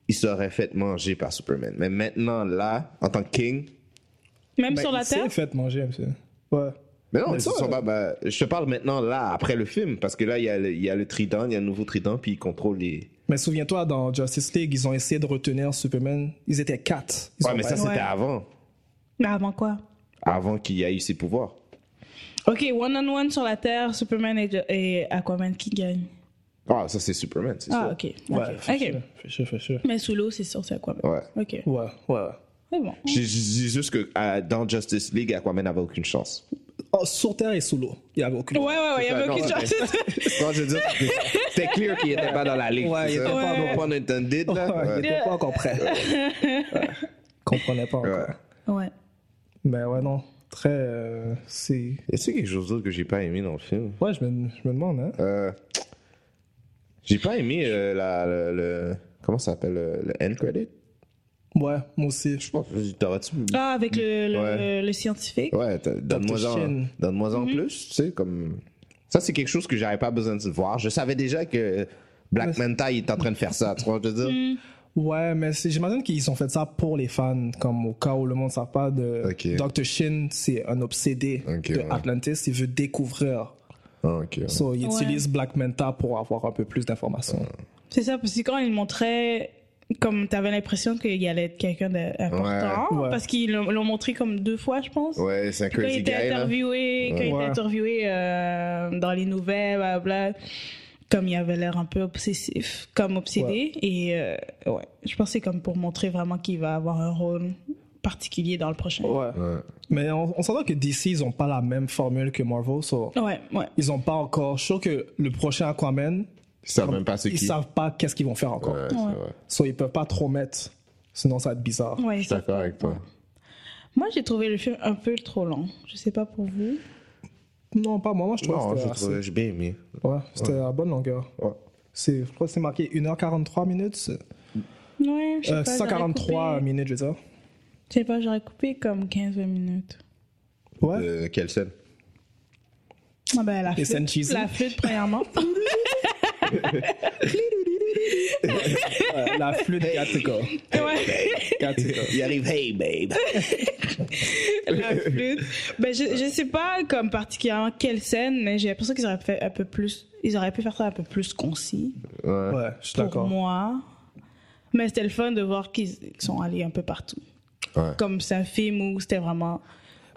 S6: il serait fait manger par Superman. Mais maintenant, là, en tant que King,
S5: Même
S4: Ben,
S5: sur la
S4: il s'est
S5: Terre.
S4: fait manger, monsieur. Ouais.
S6: Mais non,
S4: Mais
S6: ils se
S4: ça,
S6: sont
S4: euh,
S6: pas- bah, je te parle maintenant, là, après le film, parce que là, il y, a le- il y a le trident, il y a le nouveau trident, puis il contrôle les.
S4: Mais souviens-toi, dans Justice League, ils ont essayé de retenir Superman. Ils étaient quatre. Ils
S6: Ouais,
S4: ont
S6: mais ça,
S4: pas-
S6: c'était
S5: Ouais.
S6: avant.
S5: Mais avant quoi
S6: Avant qu'il y ait eu ses pouvoirs.
S5: Ok, one on one sur la Terre, Superman et, et Aquaman qui gagnent.
S6: Ah, ça, c'est Superman, c'est
S5: Ah, ok. ok,
S4: Ouais,
S5: ok.
S4: fait chier, fait chier.
S5: Mais sous l'eau, c'est sûr, c'est Aquaman.
S6: sûr. Ouais.
S5: Ok.
S4: Ouais, ouais.
S5: C'est bon.
S6: Je je dis juste que euh, dans Justice League, Aquaman n'avait aucune chance.
S4: Oh, sur Terre et sous l'eau. Il n'y avait aucune.
S5: Ouais, ouais, ouais, il y
S6: ça,
S5: avait
S6: non,
S5: aucune
S6: ça
S5: chance.
S6: Quand je dis, c'était clair qu'il n'était pas dans la ligue.
S4: Ouais,
S6: c'est
S4: il
S6: ça?
S4: était
S5: pas Ouais.
S6: No pun intended,
S4: Ouais,
S6: là.
S4: Il
S6: Ouais.
S4: n'était pas encore prêt. Comprenait pas encore.
S6: Ouais.
S5: ouais.
S4: Mais ouais, non. Très. euh, c'est.
S6: Est-ce qu'il y a quelque chose d'autre que j'ai pas aimé dans le film?
S4: Ouais, je me, je me demande, hein.
S6: Euh, j'ai pas aimé euh, la, le, le- Comment ça s'appelle? euh, Le, end credit?
S4: Ouais, moi aussi.
S6: Je pense que t'aurais-tu.
S5: Ah, avec le, le,
S6: Ouais.
S5: le scientifique.
S6: Ouais, t'as- donne-moi en,
S4: Chine.
S6: donne-moi
S5: Mm-hmm.
S6: en plus, tu sais, comme. Ça, c'est quelque chose que j'avais pas besoin de voir. Je savais déjà que Black Manta, il est en train de faire ça, tu vois, je veux
S5: Mm.
S6: dire.
S4: Ouais, mais c'est- j'imagine qu'ils ont fait ça pour les fans, comme au cas où le monde ne savent pas de.
S6: Ok.
S4: Dr. Shin, c'est un obsédé
S6: Ok,
S4: de
S6: ouais.
S4: Atlantis, il veut découvrir.
S6: Ah, ok. ouais.
S4: So, il
S5: Ouais.
S4: utilise Black Manta pour avoir un peu plus d'informations.
S5: C'est ça, parce que quand il montrait, comme t'avais l'impression qu'il allait être quelqu'un d'important,
S4: Ouais. Ouais.
S5: parce qu'ils l'ont l'ont montré comme deux fois, je pense.
S6: Ouais, c'est un
S5: Quand il
S6: crazy guy,
S5: était
S6: là.
S5: interviewé, quand il
S4: Ouais.
S5: était interviewé euh, dans les nouvelles, blablabla, comme il avait l'air un peu obsessif, comme obsédé. Et euh, ouais, je pense que c'est comme pour montrer vraiment qu'il va avoir un rôle particulier dans le prochain. Ouais,
S4: Ouais.
S6: Ouais.
S4: Mais on, on s'entend que DC, ils n'ont pas la même formule que Marvel, so.
S5: ouais.
S4: Ils n'ont pas encore. Je suis sûr que le prochain Aquaman,
S6: Ils savent même pas c'est
S4: ils
S6: qui.
S4: savent pas qu'est-ce qu'ils vont faire encore.
S6: Ouais, c'est vrai.
S4: So, ils peuvent pas trop mettre, sinon ça va être bizarre.
S5: Ouais,
S6: Je suis d'accord avec toi.
S5: Moi, j'ai trouvé le film un peu trop long. Je sais pas pour vous.
S4: Non, pas moi. Moi, je trouve
S6: Non,
S4: que
S6: je
S4: c'était assez-
S6: trouvais, j'ai bien aimé.
S4: Ouais, c'était à bonne longueur.
S6: Ouais.
S4: C'est, je crois que c'est marqué 1h43 minutes.
S5: Ouais, je sais
S4: Euh,
S5: pas. j'aurais
S4: 143
S5: coupé-
S4: minutes, je veux dire.
S5: Je
S6: Euh,
S5: sais pas, j'aurais coupé comme 15 minutes.
S4: Ouais.
S6: De quelle scène?
S5: Ah ben, la
S4: Les scènes
S5: flûte,
S4: cheesy.
S5: la flûte, premièrement.
S4: Ouais, Euh, la flûte Gatuka.
S5: Ouais,
S4: Gatuka.
S7: Il arrive, hey babe.
S5: la flûte. Ben, je, je sais pas comme particulièrement quelle scène, mais j'ai l'impression qu'ils auraient fait un peu plus, ils auraient pu faire ça un peu plus concis
S6: Ouais.
S4: Ouais, je suis
S5: pour
S4: d'accord.
S5: moi. Mais c'était le fun de voir qu'ils qu'ils sont allés un peu partout.
S6: Ouais.
S5: Comme c'est un film où c'était vraiment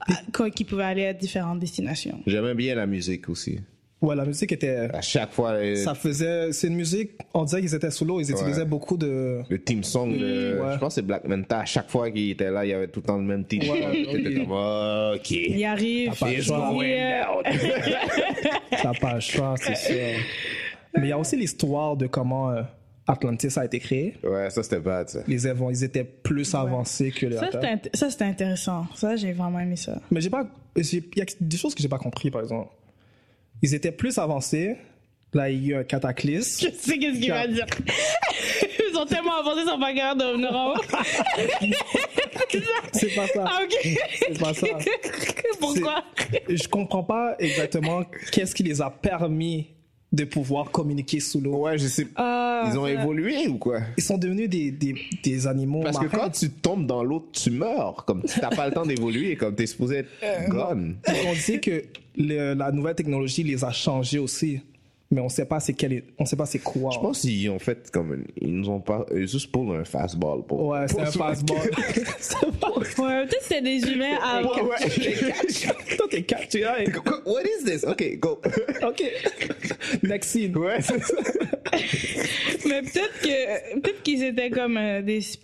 S5: ah, quand- qu'ils pouvaient aller à différentes destinations.
S6: J'aimais bien la musique aussi.
S4: Ouais, la musique était.
S6: À chaque fois, euh, les-
S4: Ça faisait. C'est une musique, on dirait qu'ils étaient sous l'eau, ils utilisaient beaucoup de.
S6: le team song, de-
S4: ouais.
S6: je pense que c'est Black Manta. À chaque fois qu'il était là, il y avait tout le temps le même titre.
S4: Ouais,
S6: T'étais
S4: ok.
S6: comme, OK.
S5: Il arrive.
S4: T'as pas le
S5: il
S4: choix.
S5: dit, euh,
S4: T'as pas le choix, c'est sûr. Mais il y a aussi l'histoire de comment euh, Atlantis a été créé.
S6: Ouais, ça c'était bad, ça.
S4: Les avant- ils étaient plus avancés que les
S5: Ça,
S4: Atlantes.
S5: c'était int- ça, c'était intéressant. Ça, j'ai vraiment aimé ça.
S4: Mais j'ai pas. j'ai- Il y a des choses que j'ai pas compris, par exemple. Ils étaient plus avancés. Là, il y a eu un cataclysme.
S5: Je sais qu'est-ce qu'il va dire. Ils ont tellement avancé, ils sont pas capables de revenir en haut.
S4: C'est pas ça.
S5: Ah, ok.
S4: C'est pas ça.
S5: Pourquoi
S4: Je comprends pas exactement qu'est-ce qui les a permis de pouvoir communiquer sous l'eau.
S6: Ouais, je sais.
S5: Ah,
S6: Ils ont
S5: ça-
S6: évolué ou quoi?
S4: Ils sont devenus des, des, des animaux
S6: Parce que
S4: marins.
S6: quand tu tombes dans l'eau, tu meurs. Comme t'as pas le temps d'évoluer, comme t'es supposé être gone.
S4: on dit que le- la nouvelle technologie les a changés aussi, mais on sait pas c'est quel est- on sait pas c'est quoi.
S6: Je pense qu'ils ont fait comme une- ils nous ont pas euh, juste pour un fastball pour.
S4: Ouais, c'est
S6: pour
S4: un
S6: se-
S4: fastball.
S5: Ouais, peut-être que c'était des humains avant.
S6: Ouais, ouais.
S4: Toi t'es catché là. et-
S6: What is this? Ok, go.
S4: Ok. Next scene.
S6: Ouais, c'est ça.
S5: Mais peut-être que peut-être qu'ils étaient comme euh, des sp-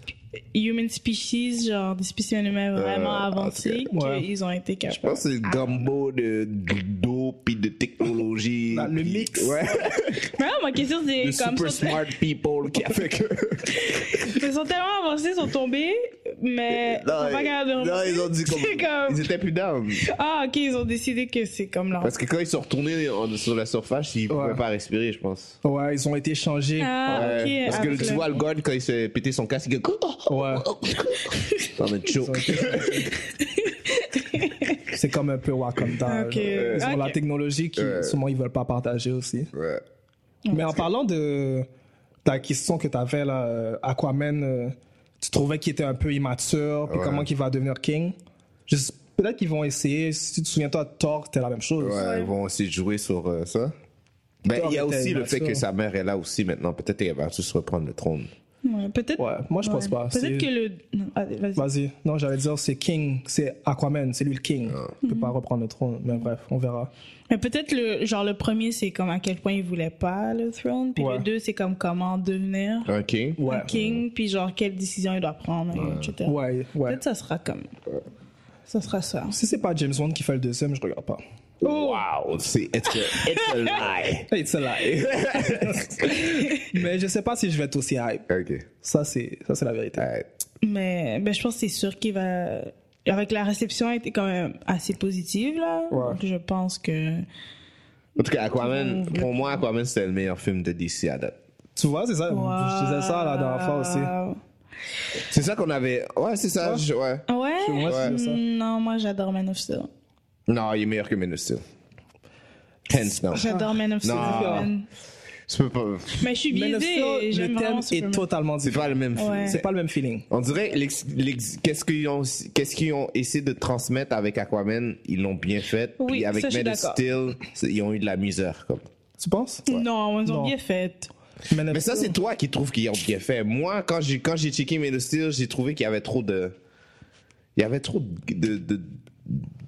S5: human species, genre des spécimens humains vraiment
S6: Euh,
S5: avancés,
S4: en tout cas, ouais.
S5: qu'ils ont été capables.
S6: Je pense que c'est le gumbo de d'eau puis de technologie.
S4: Là, le
S6: puis-
S4: mix.
S6: Ouais.
S5: Mais non, ma question c'est
S6: De
S5: comme
S6: super
S5: sont-
S6: smart people qui a fait que.
S5: ils sont tellement avancés, ils sont tombés, mais ils sont
S6: Non,
S5: pas capables de
S6: ils- non,
S5: remonter.
S6: ils ont dit comme.
S5: C'est comme-
S6: Ils étaient plus down.
S5: Ah ok, ils ont décidé que c'est comme leur.
S6: Parce que quand ils sont retournés en- sur la surface, ils
S4: Ouais.
S6: pouvaient pas respirer, je pense.
S4: Ouais, ils ont été changés.
S5: Ah
S6: Ouais,
S5: ok.
S6: parce que
S5: après.
S6: tu vois le god quand il s'est pété son casque, il fait
S4: Ouais.
S6: dans le
S4: Ils ont été changés. C'est comme un peu Wakanda.
S5: Ok.
S4: genre. Ils ont
S5: Ok.
S4: la technologie qui
S6: Ouais.
S4: sûrement ils veulent pas partager aussi.
S6: Ouais.
S4: Mais en parlant de ta question que tu avais là, euh, Aquaman, euh, tu trouvais qu'il était un peu immature, puis
S6: Ouais.
S4: comment qu'il va devenir King. Je sais- Peut-être qu'ils vont essayer. Si tu te souviens, toi, Thor, c'était la même chose.
S6: Ouais, ils vont aussi jouer sur euh, ça. Ben, il y a
S4: était
S6: aussi le fait
S4: immature.
S6: que sa mère est là aussi maintenant. Peut-être qu'elle va juste reprendre le trône.
S5: Ouais, peut-être.
S4: Ouais, moi, je pense
S5: Ouais.
S4: pas. C'est-
S5: Peut-être que le. non, ah, vas-y.
S4: Vas-y. Non, j'allais dire, c'est King, c'est Aquaman, c'est lui le King.
S6: Ah.
S4: Il peut
S5: Mhm.
S4: pas reprendre le trône, mais bref, on verra.
S5: Mais peut-être le genre le premier c'est comme à quel point il voulait pas le throne, puis
S4: Ouais.
S5: le deux c'est comme comment devenir
S6: Ok.
S4: Ouais.
S5: un king, puis genre quelle décision il doit prendre, etc.
S4: Ouais, ouais.
S5: Peut-être ça sera comme ça sera ça.
S4: Si c'est pas James Bond qui fait le deuxième, je regarde pas.
S6: Oh! Wow, c'est it's a, it's a lie.
S4: It's a lie. mais je sais pas si je vais être aussi hype.
S6: Ok.
S4: Ça, c'est ça, c'est la vérité.
S6: Alright.
S5: Mais ben, je pense que c'est sûr qu'il va avec la réception a été quand même assez positive là.
S4: Ouais.
S5: Donc, je pense que
S6: En tout cas, Aquaman, pour moi, Aquaman, c'était le meilleur film de DC à date.
S4: Tu vois, c'est ça. Je disais ça la dernière fois aussi.
S5: Ah,
S6: C'est ça qu'on avait. Ouais, c'est ça. je- Ouais.
S5: Ouais. Mm,
S4: Chez moi, c'est ça.
S5: Non, moi j'adore Man of Steel.
S6: Non, il est meilleur que Man of Steel. Hence, non.
S4: Ah.
S5: J'adore Man of Steel.
S6: Non.
S5: Superman.
S6: Tu peux pas.
S5: Mais je suis
S4: Mais le,
S5: biaisée,
S4: le
S5: j'aime
S4: thème
S5: vraiment
S4: est
S5: Superman.
S4: totalement
S6: C'est
S4: différent.
S6: pas le même film.
S5: Ouais.
S4: C'est pas le même feeling.
S6: On dirait l'ex- l'ex- qu'est-ce qu'ils ont qu'est-ce qu'ils ont essayé de transmettre avec Aquaman, ils l'ont bien fait.
S5: Oui,
S6: Puis avec
S5: ça, je suis
S6: Man of
S5: d'accord.
S6: Steel, c'est- ils ont eu de la misère comme.
S4: Tu penses
S5: Non, ils ont
S4: Non.
S5: bien fait.
S6: Mais ça c'est toi qui trouves qu'ils ont bien fait. Moi quand j'ai quand j'ai checké Man of Steel, j'ai trouvé qu'il y avait trop de il y avait trop de de, de-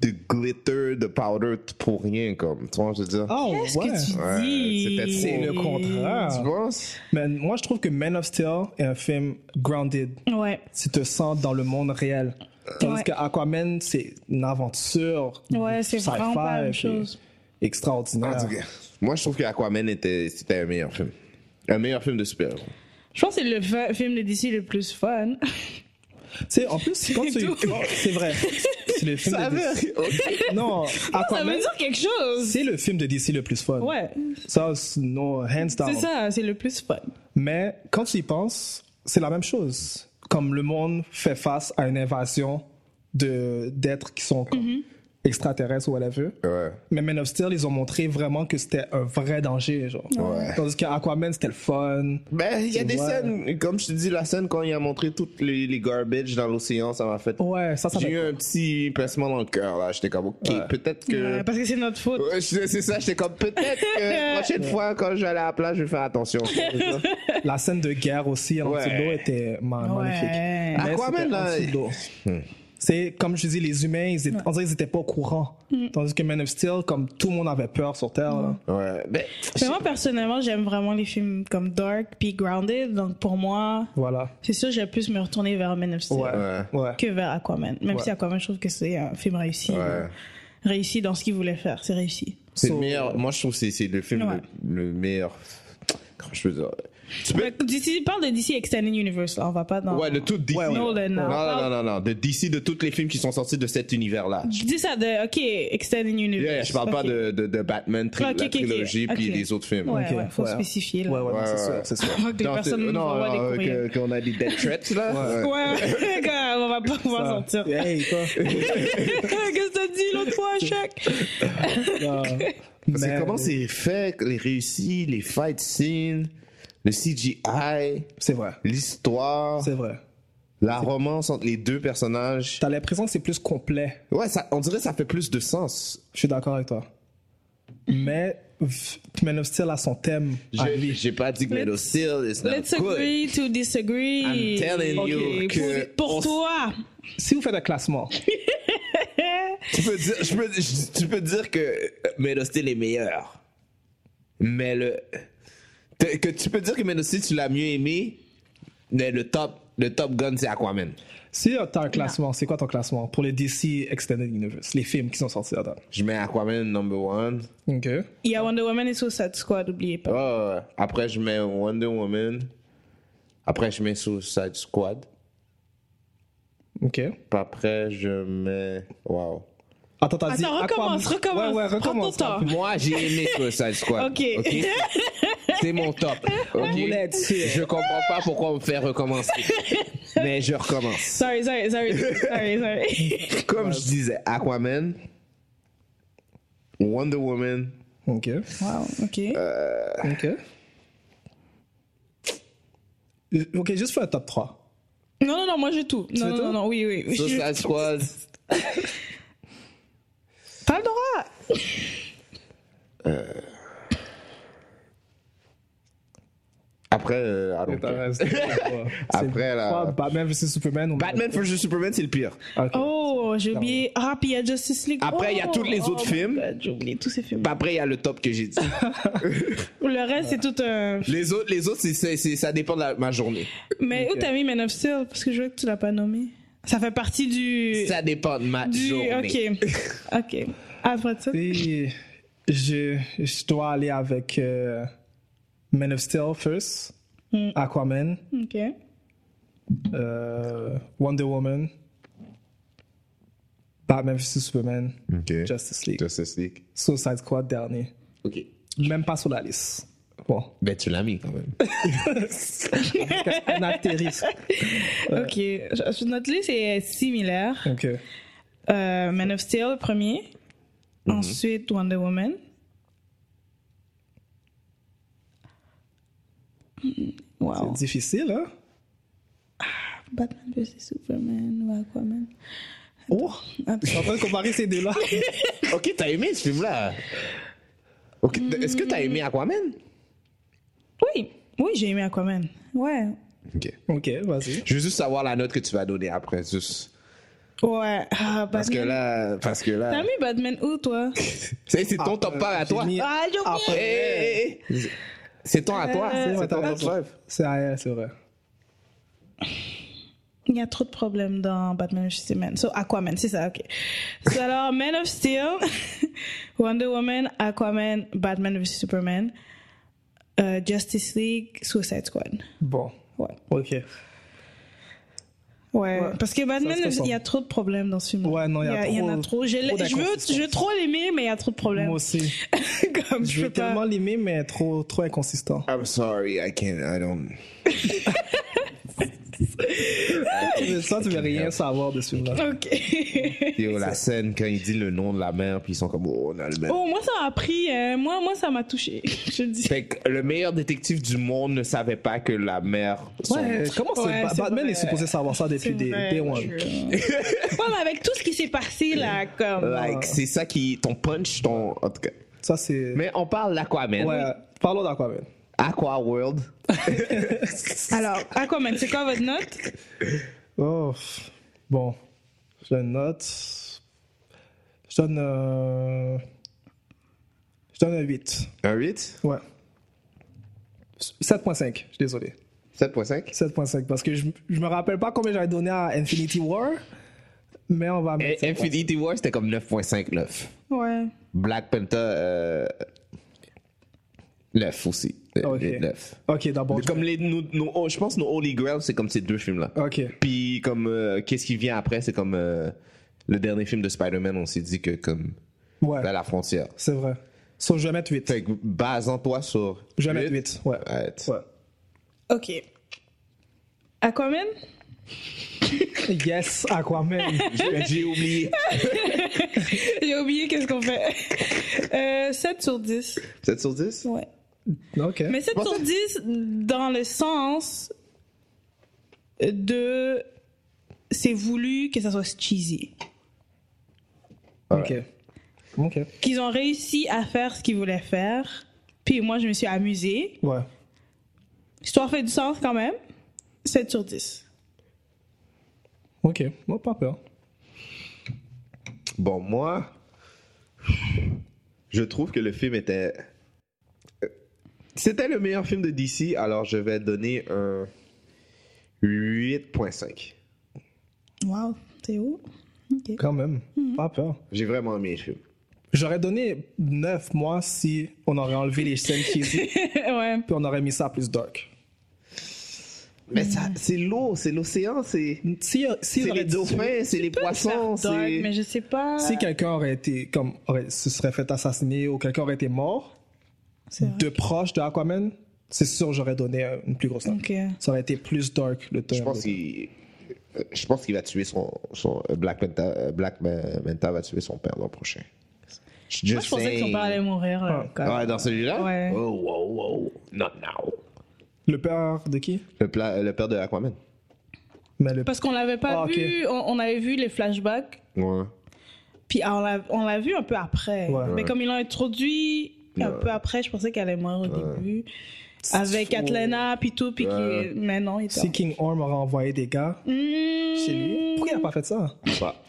S6: de glitter, de powder pour rien comme. Tu vois, je veux dire.
S4: Ah
S5: Qu'est-ce
S4: ouais.
S5: que tu
S6: Ouais,
S5: dis
S6: c'était-
S4: C'est le
S6: Tu
S5: Ah.
S4: contraire.
S6: penses
S4: Mais moi, je trouve que Man of Steel est un film grounded.
S5: Ouais.
S4: Tu te sens dans le monde réel. Tandis
S5: Ouais.
S4: que Aquaman, c'est une aventure.
S5: Ouais, c'est
S4: sci-fi,
S5: vraiment pas la même
S4: puis
S5: chose.
S4: Extraordinaire.
S6: En tout cas, moi je trouve que Aquaman était c'était un meilleur film. Un meilleur film de super-héros.
S5: Je pense que c'est le fa- film de DC le plus fun.
S4: Tu sais, en plus, quand
S5: C'est
S4: tu.
S5: tout.
S4: Oh, c'est vrai. C'est le film de DC. Non,
S5: Ça veut
S4: Aquaman,
S5: dire quelque chose.
S4: c'est le film de DC le plus fun.
S5: Ouais,
S4: Ça, c'est- no, hands down.
S5: c'est ça, c'est le plus fun.
S4: Mais quand tu y penses, c'est la même chose.
S5: Mhm.
S4: Comme le monde fait face à une invasion de d'êtres qui sont comme extraterrestre ou whatever.
S6: Ouais.
S4: Mais Men of Steel, ils ont montré vraiment que c'était un vrai danger, genre.
S6: Ouais.
S4: Tandis qu'Aquaman, c'était le fun.
S6: Ben, il y a
S4: Tu
S6: des
S4: vois.
S6: scènes, comme je te dis, la scène quand il a montré toutes les, les garbage dans l'océan, ça m'a fait.
S4: Ouais, ça, ça
S6: J'ai eu
S4: m'a-
S6: un petit pincement dans le cœur, là. J'étais comme, ok, peut-être
S4: Euh,
S6: que.
S5: Ouais, Euh, parce que c'est notre faute.
S6: Ouais, je- c'est ça, j'étais comme, peut-être que la prochaine fois, quand je vais aller à la plage, je vais faire attention.
S4: La scène de guerre aussi, en dessous de l'eau, était ma- magnifique.
S5: Ouais.
S4: Mais
S6: Aquaman,
S4: c'était en
S6: là,
S4: dessous de l'eau. C'est comme je dis, les humains, ils étaient, on dirait qu'ils étaient pas au courant.
S5: Mm.
S4: Tandis que Man of Steel, comme tout le monde avait peur sur Terre, là.
S6: ouais, ben,
S5: Mais moi, personnellement, j'aime vraiment les films comme Dark puis Grounded. Donc, pour moi,
S4: voilà.
S5: c'est sûr, j'ai plus me retourner vers Men of Steel
S4: Ouais.
S6: Ouais.
S4: Ouais.
S5: que vers Aquaman. Même
S4: Ouais.
S5: si Aquaman, je trouve que c'est un film réussi. euh, Réussi dans ce qu'il voulait faire. C'est réussi.
S6: c'est
S4: So-
S6: le meilleur. Moi, je trouve que c'est- c'est le film
S5: Ouais.
S6: le, le meilleur. Comment je peux dire Tu peux-
S5: Mais DC, parle de DC Extended Universe, là. On va pas dans.
S6: Ouais, de tout DC.
S4: Ouais, ouais.
S5: Nolan, hein.
S6: non,
S5: non.
S6: non, non, non, de DC, de tous les films qui sont sortis de cet univers-là.
S5: Je dis ça de. OK, Extended Universe.
S6: Yeah, je parle pas
S5: Ok.
S6: de, de, de Batman, tri-
S5: Ok, ok,
S6: la
S5: ok.
S6: trilogie, puis
S5: Ok.
S6: les autres films.
S5: Ouais,
S4: Ok,
S5: ouais, faut
S4: ouais.
S5: spécifier. Là.
S4: Ouais, ouais, non, c'est sûr, c'est sûr.
S5: Faut que les
S6: Dans-
S5: personnes nous
S6: non,
S5: envoient des
S6: euh,
S5: courriels.
S6: que- qu'on a des death threats, là.
S5: Ouais, ouais, gars, on va pas pouvoir
S4: Ça.
S5: sortir.
S4: Hey, quoi?
S5: Qu'est-ce que t'as dit l'autre fois, Chuck?
S4: Non.
S6: Parce que
S4: Mais-
S6: comment c'est fait, les réussis, les fight scenes, le CGI,
S4: C'est vrai.
S6: l'histoire,
S4: C'est vrai.
S6: la romance entre les deux personnages.
S4: T'as l'impression que c'est plus complet.
S6: Ouais, ça, on dirait que ça fait plus de sens.
S4: Je suis d'accord avec toi. Mais v- Man of Steel a son thème. à lui.
S6: J'ai j'ai pas dit que
S5: Let's-
S6: Metal Steel is not
S5: Let's
S6: good.
S5: agree to disagree.
S6: I'm telling
S5: Ok,
S6: you que
S5: pour, pour
S6: on s-
S5: toi.
S4: Si vous faites un classement,
S6: Tu peux dire, je peux- je- tu peux dire que Metal Steel est meilleur. Mais le. te- Que tu peux dire que Metal Steel, tu l'as mieux aimé, mais le top, le top gun, c'est Aquaman.
S4: si euh, t'as un classement, c'est quoi ton classement pour les DC Extended Universe, les films qui sont sortis là-dedans?
S6: Je mets Aquaman number one.
S4: Ok.
S5: Il y a Wonder Woman et Suicide Squad, n'oubliez pas.
S6: Ah, ouais. après, je mets Wonder Woman. Après, je mets Suicide Squad.
S4: Ok.
S6: Puis après, je mets. Waouh.
S4: Attends, t'as dit.
S5: Attends, recommence,
S4: Aquaman-
S5: recommence.
S4: Ouais, ouais,
S5: Prends ton
S4: recommence.
S5: temps.
S6: Moi, j'ai aimé Suicide Squad.
S5: Ok.
S6: C'est mon top. ok?
S4: voulait être sûr.
S6: Je comprends pas pourquoi on me fait recommencer. Mais je recommence.
S5: Sorry, sorry, sorry, sorry, sorry.
S6: Comme je disais, Aquaman, Wonder Woman,
S4: Ok.
S5: wow, ok.
S4: Ok. Euh, Ok, juste fais un top 3.
S5: Non, non, non, moi j'ai tout. Non, non,
S4: tout
S5: non, non, oui, oui. Je-
S6: Suicide Squad.
S5: T'as le droit.
S6: Après, euh, I don't care. Après, là-
S4: Batman vs Superman. ou-
S6: Batman vs Superman, c'est le pire.
S4: Ok.
S5: Oh, j'ai oublié. Ah, puis il y a Justice League.
S6: Après, il y a
S5: Oh,
S6: tous les
S5: oh
S6: autres
S5: my
S6: films.
S5: God, J'ai oublié tous ces films.
S6: Puis après, il y a le top que j'ai dit.
S5: Le reste, c'est tout un.
S6: Les autres, les autres c'est- c'est- c'est- ça dépend de la- ma journée.
S5: Mais où t'as mis Man of Steel Parce que je vois que tu l'as pas nommé. Ça fait partie du.
S6: Ça dépend de ma
S5: du.
S6: journée.
S5: Ok. Ok. Après ça.
S4: Et je, je dois aller avec euh, Man of Steel first,
S5: Hmm.
S4: Aquaman,
S5: Ok.
S4: euh, Wonder Woman, Batman vs Superman,
S6: Ok.
S4: Justice League,
S6: Justice League.
S4: Suicide Squad dernier.
S6: Ok.
S4: Même pas sur la liste. Bon,
S6: Ben, tu l'as mis quand même.
S4: un astérisque.
S5: Ok. Je- Notre liste est similaire.
S4: Ok.
S5: Euh, Man of Steel, premier. Ensuite, Wonder Woman. Wow. Hmm. Ah.
S4: C'est difficile, hein?
S5: Batman vs Superman ou Aquaman.
S4: Oh! Je suis en train de comparer ces deux-là.
S6: ok, t'as aimé ce film-là. Ok, Est-ce que t'as aimé Aquaman?
S5: Oui. Oui, j'ai aimé Aquaman. Ouais.
S6: Ok.
S4: Ok, vas-y.
S6: Je veux juste savoir la note que tu vas donner après. Juste.
S5: Ouais. Ah,
S6: Parce que
S5: Batman.
S6: là, parce que
S5: T'as
S6: là.
S5: mis Batman où, toi
S6: C'est c'est ton
S4: Ah,
S6: top 5 à
S4: j'ai
S6: toi.
S4: mis-
S5: Ah, j'ai
S4: Ah,
S5: oublié.
S6: Hey, hey, hey. C'est ton à toi.
S5: Euh,
S6: C'est ton top 5.
S4: C'est ah, c'est vrai.
S5: Il y a trop de problèmes dans Batman vs Superman. So, Aquaman, c'est ça, ok. So, alors, Man of Steel, Wonder Woman, Aquaman, Batman vs Superman, euh, Justice League, Suicide Squad.
S4: Bon.
S5: Ouais.
S4: Ok.
S5: Ouais.
S4: Ouais.
S5: Parce que Batman,
S4: Ça se ressemble.
S5: il y a trop de problèmes dans ce film.
S4: Ouais, non, il y a
S5: Il y en a
S4: trop-
S5: trop. Je, l'ai-
S4: trop
S5: je veux,
S4: d'inconsistances.
S5: je veux trop l'aimer, mais il y a trop de problèmes.
S4: Moi aussi.
S5: Comme
S4: Je
S5: je
S4: veux
S5: peux pas.
S4: tellement l'aimer, mais trop, trop inconsistant.
S6: I'm sorry, I can't, I don't.
S4: Mais ça, tu veux rien savoir de ce film-là.
S5: Ok.
S6: Yo, la scène quand il dit le nom de la mère, puis ils sont comme, oh, on a le même.
S5: Oh, moi, ça a pris. euh, moi, moi, ça m'a touché. Je le dis.
S6: Fait que le meilleur détective du monde ne savait pas que la mère. son-
S4: Ouais, comment c'est.
S5: Ouais,
S4: Ba-
S5: c'est
S4: Batman
S5: vrai.
S4: est supposé savoir ça depuis
S5: C'est
S4: des
S5: vrai,
S4: Day
S5: moi,
S4: One.
S5: je- Ouais, mais avec tout ce qui s'est passé, là,
S4: euh,
S5: comme.
S6: Like, c'est ça qui. Ton punch, ton. En tout cas.
S4: Ça, c'est.
S6: Mais on parle d'Aquaman.
S4: Ouais, parlons d'Aquaman.
S6: Aqua World.
S5: Alors, Aquaman, c'est euh, quoi votre note
S4: Oh, pff. bon. Je donne une note. Je donne. euh, Je donne un 8.
S6: Un 8
S4: Ouais. 7.5, je suis désolé.
S6: 7.5
S4: 7.5, parce que je, je me rappelle pas combien j'avais donné à Infinity War, mais on va mettre.
S6: Et Infinity War, c'était comme 9.59.
S5: Ouais.
S6: Black Panther, euh, 9 aussi. Euh,
S4: Ah, Ok.
S6: 9.
S4: Ok, d'abord.
S6: Mais
S4: je-
S6: Comme les, nos- nos- oh, je pense nos Holy Grail, c'est comme ces deux films-là.
S4: Ok.
S6: Puis comme euh, qu'est-ce qui vient après, c'est comme euh, le dernier film de Spider-Man, on s'est dit que comme
S4: Ouais,
S6: à la frontière.
S4: c'est vrai. So, je vais mettre 8.
S6: Fait que basant-toi sur...
S4: Je vais mettre 8, ouais.
S6: Arrête.
S4: Ouais.
S5: Ok. Aquaman
S4: Yes, Aquaman.
S6: J'ai oublié.
S5: J'ai oublié qu'est-ce qu'on fait. Euh, 7 sur 10.
S6: 7 sur 10
S5: Ouais.
S4: ok.
S5: Mais 7 sur 10 dans le sens de c'est voulu que ça soit cheesy.
S4: Ok. Ok.
S5: Qu'ils ont réussi à faire ce qu'ils voulaient faire. Puis moi, je me suis amusée.
S4: Ouais.
S5: L'histoire fait du sens quand même. 7 sur 10.
S4: Ok. Moi, pas peur.
S6: Bon, moi, je trouve que le film était... euh, C'était le meilleur film de DC, alors je vais donner un 8.5.
S5: Wow, c'est haut. Ok.
S4: Quand même. Pas peur.
S6: J'ai vraiment aimé le film.
S4: J'aurais donné 9 mois si on aurait enlevé les scènes qui puis
S5: ouais.
S4: on aurait mis ça plus dark.
S6: Mais ça, c'est l'eau, c'est l'océan, c'est...
S4: Si, euh, si,
S6: C'est les dauphins, c'est les
S5: Peut
S6: poissons,
S5: faire dark,
S6: c'est...
S5: mais je sais pas.
S4: si quelqu'un aurait été comme aurait- se serait fait assassiner ou quelqu'un aurait été mort
S5: C'est vrai.
S4: de proche de Aquaman, c'est sûr j'aurais donné euh, une plus grosse note.
S5: Ok.
S4: Ça aurait été plus dark le thème.
S6: Je pense qu'il. euh, Je pense qu'il va tuer son, son euh, Black Manta, Black Ma- Manta va tuer son père l'an prochain.
S5: Moi, je pensais que son père allait mourir.
S4: Ah.
S5: euh, quand même.
S6: Ouais, dans celui-là.
S5: Ouais.
S6: Oh, wow, wow, not now.
S4: Le père de qui
S6: Le, pla- le père de Aquaman.
S4: Mais le
S5: Parce qu'on l'avait pas
S4: Ah, ok.
S5: vu, on, on avait vu les flashbacks,
S6: Ouais.
S5: puis ah, on l'a- on l'a vu un peu après.
S4: Ouais.
S5: Mais
S6: Ouais.
S5: comme ils l'ont introduit un
S6: Ouais.
S5: peu après, je pensais qu'elle allait mourir au début. Avec
S4: Oh.
S5: Atlana, puis tout, puis
S6: Ouais.
S5: qu'il- mais non, il était.
S4: si King Orm aurait envoyé des gars
S5: Mmh.
S4: chez lui, pourquoi il a pas fait ça
S6: Bah,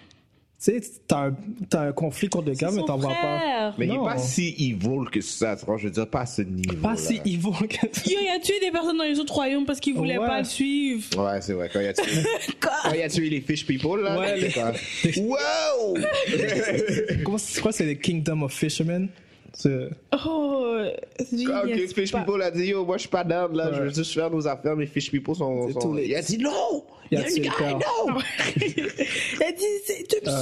S4: Tu sais, t'as un, t'as un conflit contre le gars, mais
S5: Son
S4: t'en vois pas.
S5: frère.
S6: Mais il
S4: Non.
S6: n'est pas si evil que ça, tu vois, je veux dire, pas à ce niveau.
S4: Pas si evil que ça.
S5: Yo, il a tué des personnes dans les autres royaumes parce qu'il voulait
S4: Ouais.
S5: pas le suivre.
S6: Ouais, c'est vrai. Quand il a tué, quand il a tué les Fish People, là.
S4: Ouais,
S6: c'est
S4: les-
S6: ça. Wow!
S4: Comment c'est- je crois que c'est le Kingdom of Fishermen C'est-
S5: Oh, lui,
S4: Ah,
S6: Quand
S5: il
S6: les
S5: est
S6: Fish
S5: pas-
S6: People a dit, yo, moi, je suis pas d'âme, là, je veux
S4: Ouais.
S6: juste faire nos affaires, mes Fish People sont.
S4: C'est
S6: sont-
S4: tous les-
S6: Il a dit, non! Il
S4: Il a
S6: y a
S4: tué
S6: une
S4: le
S6: guy,
S4: père.
S6: non!
S5: Elle dit, c'est- tu me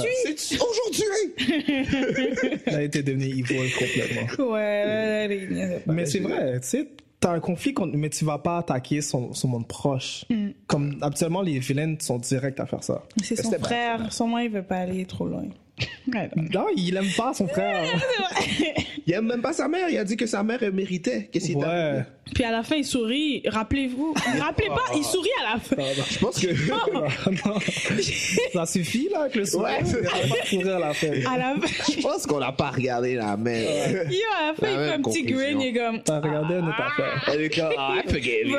S6: Ah, C'est
S5: suis.
S6: aujourd'hui!
S4: Il a été devenu evil complètement.
S5: Ouais, là, là, là, il y avait pas.
S4: Mais c'est vrai, tu sais, t'as un conflit, contre- mais tu vas pas attaquer son, son monde proche. Comme habituellement, les vilaines sont directs à faire ça.
S5: C'est son
S6: C'était pas-
S5: frère. Son moi, il veut pas aller trop loin. Ouais, non.
S4: Non, il aime pas son frère.
S6: Il aime même pas sa mère, il a dit que sa mère elle méritait. Qu'est-ce qu'il t'a
S4: ouais.
S5: Puis à la fin, il sourit. Rappelez-vous. Rappelez pas, il sourit à la fin.
S6: Je pense que.
S4: Non. ça suffit là avec le sourire.
S6: Ouais, c'est-
S4: Il va pas sourire à la fin.
S6: Ah.
S5: À la fin,
S6: Je pense qu'on l'a pas regardé la mère.
S5: yo, à la fin,
S6: La
S5: il fait un
S6: même
S5: petit
S6: conclusion.
S5: grin, il est comme.
S4: T'as regardé ne pas faire.
S6: Elle est comme, Ah, I forget you.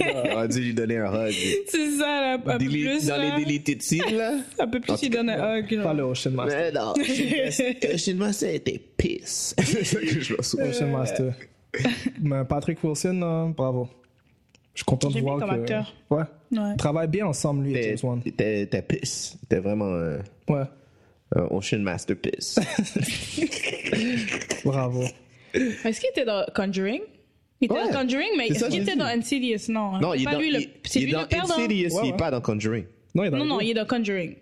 S5: Brother!
S6: On a dû lui donner un hug.
S5: C'est ça, là, un peu
S6: Delete-
S5: plus.
S6: dans
S5: là.
S4: hein.
S6: les deleted scenes, là.
S5: Un peu plus, il donne un hug. là.
S4: Pas le Ocean Master.
S6: Mais non, Ocean Master était pisse. C'est ça que je me souviens.
S4: Ocean Master. Mais Patrick Wilson, euh, bravo. Je suis content de
S5: J'aime
S4: voir
S5: bien
S4: que.
S5: comme acteur.
S4: Ouais.
S5: Ouais.
S4: Ils travaillent bien ensemble lui et
S6: T'es-
S4: James Wan.
S6: T'es t'es pisse. T'es vraiment un,
S4: Ouais.
S6: un Ocean Master pisse.
S4: Bravo.
S5: Est-ce qu'il était dans Conjuring? Il était
S6: Ouais.
S5: dans Conjuring, mais
S6: C'est
S5: est-ce
S6: ça,
S5: qu'il
S6: j'ai
S5: était
S6: vu.
S5: dans Insidious? Non. hein.
S6: Non,
S5: C'est
S6: il est
S5: pas
S6: dans,
S5: lui le-
S6: il,
S5: C'est
S6: il est
S5: lui
S6: dans
S5: le père dans-
S6: Insidious,
S4: Ouais,
S6: il
S4: ouais.
S6: est pas dans Conjuring.
S4: Non, il est dans
S5: Non,
S4: les
S5: non,
S4: deux.
S5: il est dans Conjuring.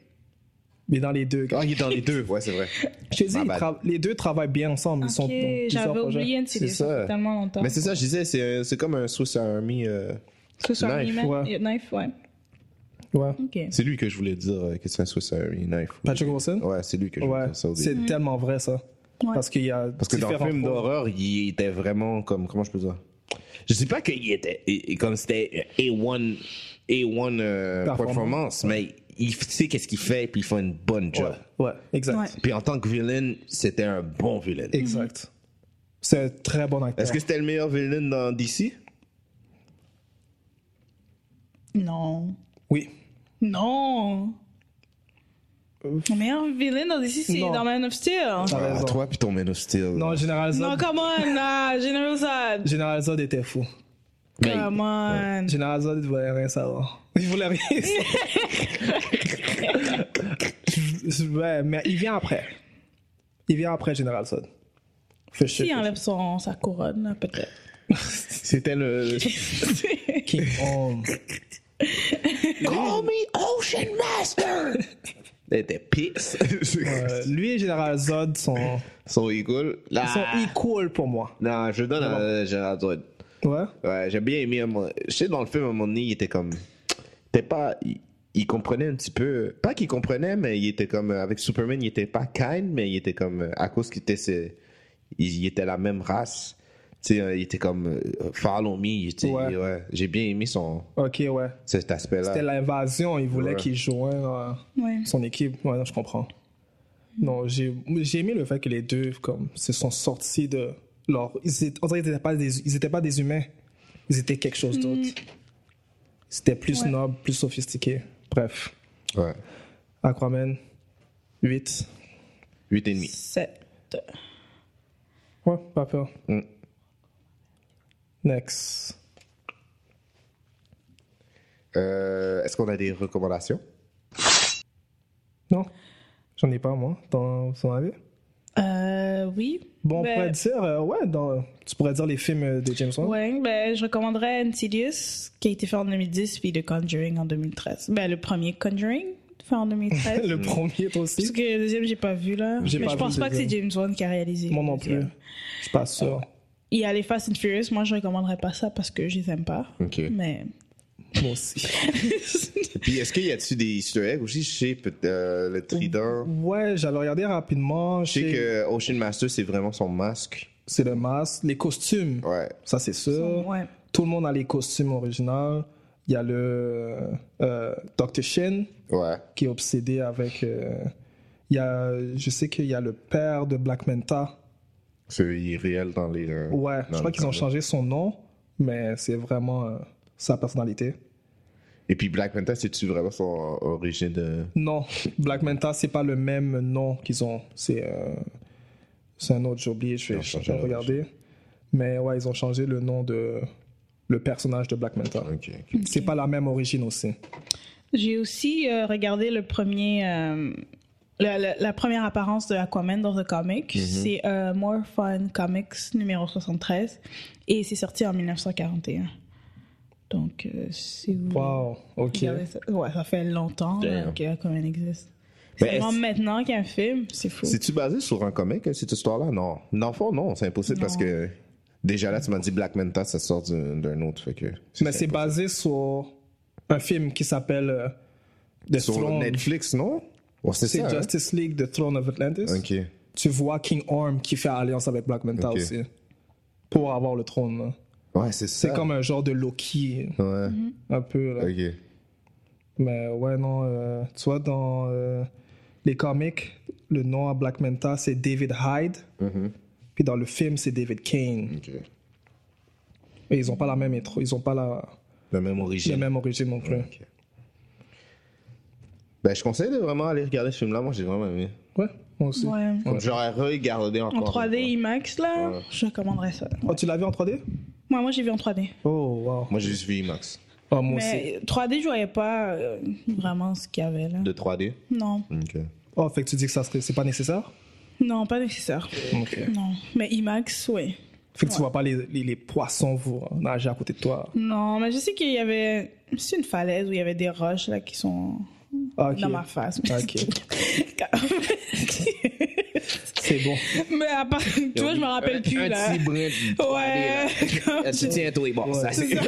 S4: Mais dans les deux.
S6: Ah, il est dans les deux, ouais, c'est vrai.
S4: Je t'ai dit,
S6: My
S4: ils
S6: bad.
S4: tra- les deux travaillent bien ensemble. Ils sont dans
S5: Ok,
S4: plusieurs
S5: j'avais
S4: projets.
S5: oublié
S6: C'est
S5: Insidious. Ça
S6: ça.
S5: fait tellement longtemps.
S6: Mais c'est ça, je disais, c'est c'est comme un Swiss Army. euh,
S5: Swiss Army
S6: Knife,
S5: Man?
S4: ouais.
S5: euh, Knife, ouais.
S4: Ouais.
S5: Ok.
S6: C'est lui que je voulais dire euh, que c'est un Swiss Army Knife. oui.
S4: Patrick Wilson?
S6: Ouais, c'est lui que je voulais
S4: Ouais.
S6: dire ça au
S4: C'est
S6: début.
S5: Mm.
S4: tellement vrai, ça. Parce qu'il y a.
S6: Parce que dans le film d'horreur, il était vraiment comme. Comment je peux dire Je dis pas qu'il était. et- et Comme c'était euh, A1, A1 euh,
S4: Performance.
S6: performance, mais il f- sait qu'est-ce qu'il fait, puis il fait une bonne job.
S4: Ouais, exact. Mm-hmm.
S5: Ouais.
S6: Puis en tant que villain, c'était un bon villain.
S4: Exact. C'est un très bon acteur.
S6: Est-ce que c'était le meilleur villain dans DC
S5: Non.
S4: Oui.
S5: Non. Le meilleur villain dans DC, c'est
S4: Non.
S5: dans Man of Steel.
S4: T'as
S6: Ah,
S4: raison.
S6: Toi, puis ton Man of Steel.
S4: Non, Général Zod.
S5: Non, come on, là, General Zod.
S4: Général Zod était fou.
S6: Mais-
S5: Come on.
S4: Général Zod, il voulait rien savoir. Il voulait rien savoir. Je- je- ouais, mais il vient après. Il vient après Général Zod. For sure,
S5: S'il
S4: for
S5: enlève son, sa couronne, là, peut-être.
S6: C'était le.
S4: sure. King Kong.
S6: Call me Ocean Master! Elle était pisse.
S4: Euh, lui et Général Zod sont,
S6: Son equal. Là.
S4: ils sont equal pour moi.
S6: Non, je donne à Gérard Zod.
S4: Ouais.
S6: Ouais, j'ai bien aimé. à un moment- Je sais, dans le film, à un moment donné, il était comme. T'es pas. Il, il comprenait un petit peu. Pas qu'il comprenait, mais il était comme. Avec Superman, il était pas kind, mais il était comme. À cause qu'il était. c'est- Il, il était la même race. Tu sais, euh, il était comme. euh, Follow me. tu sais,
S4: Ouais.
S6: ouais. J'ai bien aimé son,
S4: Ok, ouais.
S6: cet aspect-là.
S4: C'était l'invasion, il
S6: Ah.
S4: voulait
S6: Ouais.
S4: qu'il joigne euh,
S5: Ouais.
S4: son équipe. Ouais, non, je comprends. Non, j'ai j'ai aimé le fait que les deux comme, se sont sortis de leur. Ils étaient, on dirait qu'ils étaient pas des, ils étaient pas des humains, ils étaient quelque chose d'autre. C'était plus
S5: Mm. Ouais.
S4: noble, plus sophistiqué. Bref,
S6: Ouais.
S4: Aquaman, 8.
S6: 8,5.
S5: Sept.
S4: Ouais, pas peur.
S6: Mm.
S4: Next.
S6: Euh, Est-ce qu'on a des recommandations?
S4: Non, j'en ai pas, moi. T'en t'en avais?
S5: Euh, oui.
S4: Bon, on
S5: Ben-
S4: pourrait dire, euh, ouais, dans- tu pourrais dire les films euh, de James Wan.
S5: Ouais, ben, je recommanderais Insidious, qui a été fait en 2010, puis The Conjuring en 2013. Ben, le premier Conjuring, fait en 2013.
S4: Le premier, toi
S5: Parce
S4: aussi.
S5: que le deuxième, j'ai pas vu, là.
S4: J'ai
S5: Mais
S4: pas
S5: je
S4: vu
S5: pense
S4: le
S5: pas que c'est James Wan qui a réalisé.
S4: Moi
S5: le
S4: non plus.
S5: deuxième.
S4: Je suis pas sûr.
S5: Il y a les Fast and Furious, moi, je recommanderais pas ça parce que je les aime pas.
S6: Ok.
S5: Mais.
S4: Moi aussi.
S6: Puis est-ce qu'il y a-tu des easter eggs aussi? Je sais, peut- euh, le trident.
S4: Ouais, j'allais regarder rapidement.
S6: Je sais
S4: J'ai-
S6: que Ocean Master, c'est vraiment son masque.
S4: C'est le masque. Les costumes,
S6: Ouais.
S4: ça c'est sûr.
S5: ouais.
S4: Tout le monde a les costumes originaux. Il y a le euh, Dr. Shin
S6: Ouais.
S4: qui est obsédé avec. euh, il y a, je sais qu'il y a le père de Black Manta.
S6: C'est irréel dans les. euh,
S4: Ouais,
S6: dans
S4: je crois
S6: le
S4: qu'ils ont
S6: comic.
S4: changé son nom, mais c'est vraiment euh, sa personnalité.
S6: Et puis Black Panther, c'est-tu vraiment son origine euh, de.
S4: Non, Black Manta, c'est pas le même nom qu'ils ont. C'est euh, c'est un autre, j'ai oublié, je
S6: Ils
S4: vais,
S6: ont
S4: je vais
S6: changé le nom.
S4: regarder. Mais ouais, ils ont changé le nom de le personnage de Black Manta.
S6: Ok, ok.
S4: C'est pas la même origine aussi.
S5: J'ai aussi euh, regardé le premier. euh, la, la- la première apparence de Aquaman dans The Comic,
S4: Mm-hmm.
S5: c'est euh, More Fun Comics numéro 73 et c'est sorti en 1941. Donc, euh, si vous
S4: Wow, ok.
S5: Mmh. regardez ça, ouais, ça fait longtemps là,
S6: Damn.
S5: que Aquaman existe.
S6: Ben,
S5: C'est vraiment
S6: est-ce-
S5: maintenant qu'il y a un film, c'est fou.
S6: C'est-tu basé sur un comic, hein, cette histoire-là? Non. Dans le fond, non, c'est impossible parce que. Déjà là, tu m'as dit Black Manta, ça sort d'un d'un autre. Fait que
S4: Mais c'est
S6: impossible.
S4: basé sur un film qui s'appelle euh, The
S6: Sur
S4: Throne.
S6: Netflix, non? Ouais, c'est
S4: C'est
S6: ça. hein?
S4: Justice League, The Throne of Atlantis.
S6: Ok.
S4: Tu vois King Orm qui fait alliance avec Black Manta
S6: Ok.
S4: aussi pour avoir le trône. là.
S6: Ouais, c'est ça.
S4: C'est comme un genre de Loki,
S6: Ah. Ouais.
S4: un peu. Là.
S6: Ok.
S4: Mais ouais, non, euh, tu vois, dans euh, les comics, le nom à Black Manta, c'est David Hyde. Puis dans le film, c'est David Kane.
S6: Ok.
S4: Et ils ont pas la même intro, ils ont pas la,
S6: La même origine.
S4: la même origine non plus.
S6: Ok. Ben, je conseille de vraiment aller regarder ce film-là. Moi, j'ai vraiment aimé.
S4: Ouais, moi aussi.
S5: Ouais.
S6: Comme j'aurais regardé
S5: En
S6: encore.
S5: 3D
S6: une fois.
S5: IMAX, là, je recommanderais ça.
S4: Oh, tu l'as vu en 3D
S5: Moi, moi j'ai vu en 3D.
S4: Oh, wow.
S6: Moi, j'ai juste vu IMAX
S4: Oh, moi aussi.
S5: Mais 3D, je voyais pas euh, vraiment ce qu'il y avait là.
S6: de 3D.
S5: Non,
S6: Ok.
S4: Oh, fait que tu dis que ça serait, c'est pas nécessaire
S5: non, pas nécessaire.
S4: Ok.
S5: Non, mais IMAX, oui.
S4: Fait que tu vois pas les, les, les poissons vous nager à côté de toi.
S5: Non, mais je sais qu'il y avait. C'est une falaise où il y avait des roches là qui sont
S4: Ah, ok.
S5: dans ma face.
S4: Ok. C'est bon.
S5: Mais à part, tu vois, je me rappelle plus, là. Ouais.
S7: Ouais. Tu tiens toi, bon, ça
S5: C'est
S7: c'est.
S5: ça.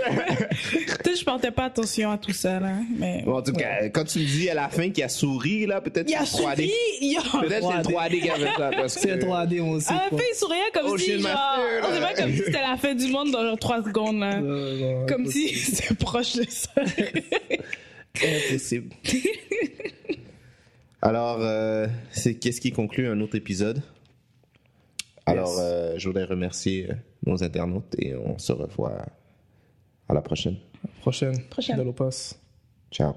S5: Tu sais, je portais pas attention à tout ça, là. Mais.
S7: Bon, en tout cas, quand tu me dis à la fin qu'il a souri, là, peut-être
S5: Il a
S7: c'est le 3D.
S5: souri, il a.
S7: Peut-être c'est le 3D qui avait ça. parce
S4: C'est
S7: que-
S4: 3D, on sait.
S5: À la
S4: quoi.
S5: fin, il souriait comme
S7: Ocean
S5: si, genre.
S7: Master,
S5: On sait pas
S7: là.
S5: comme si c'était la fin du monde dans genre 3 secondes, là.
S4: Euh, ouais,
S5: Comme si c'était proche de ça.
S7: Impossible.
S6: Alors, euh, c'est qu'est-ce qui conclut un autre épisode Alors, euh, je voudrais remercier euh, nos internautes et on se revoit à la prochaine.
S4: Prochaine.
S5: Prochaine.
S4: De Lopas.
S6: Ciao.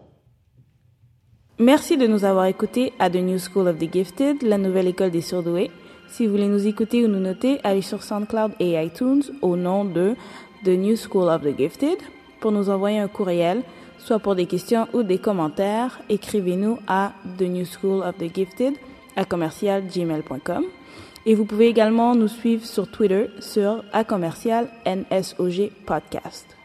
S8: Merci de nous avoir écoutés à The New School of the Gifted, la nouvelle école des surdoués. Si vous voulez nous écouter ou nous noter, allez sur SoundCloud et iTunes au nom de The New School of the Gifted pour nous envoyer un courriel, soit pour des questions ou des commentaires. Écrivez-nous à The New School of the Gifted à commercialgmail.com. Et vous pouvez également nous suivre sur Twitter sur à commercial NSOG Podcast.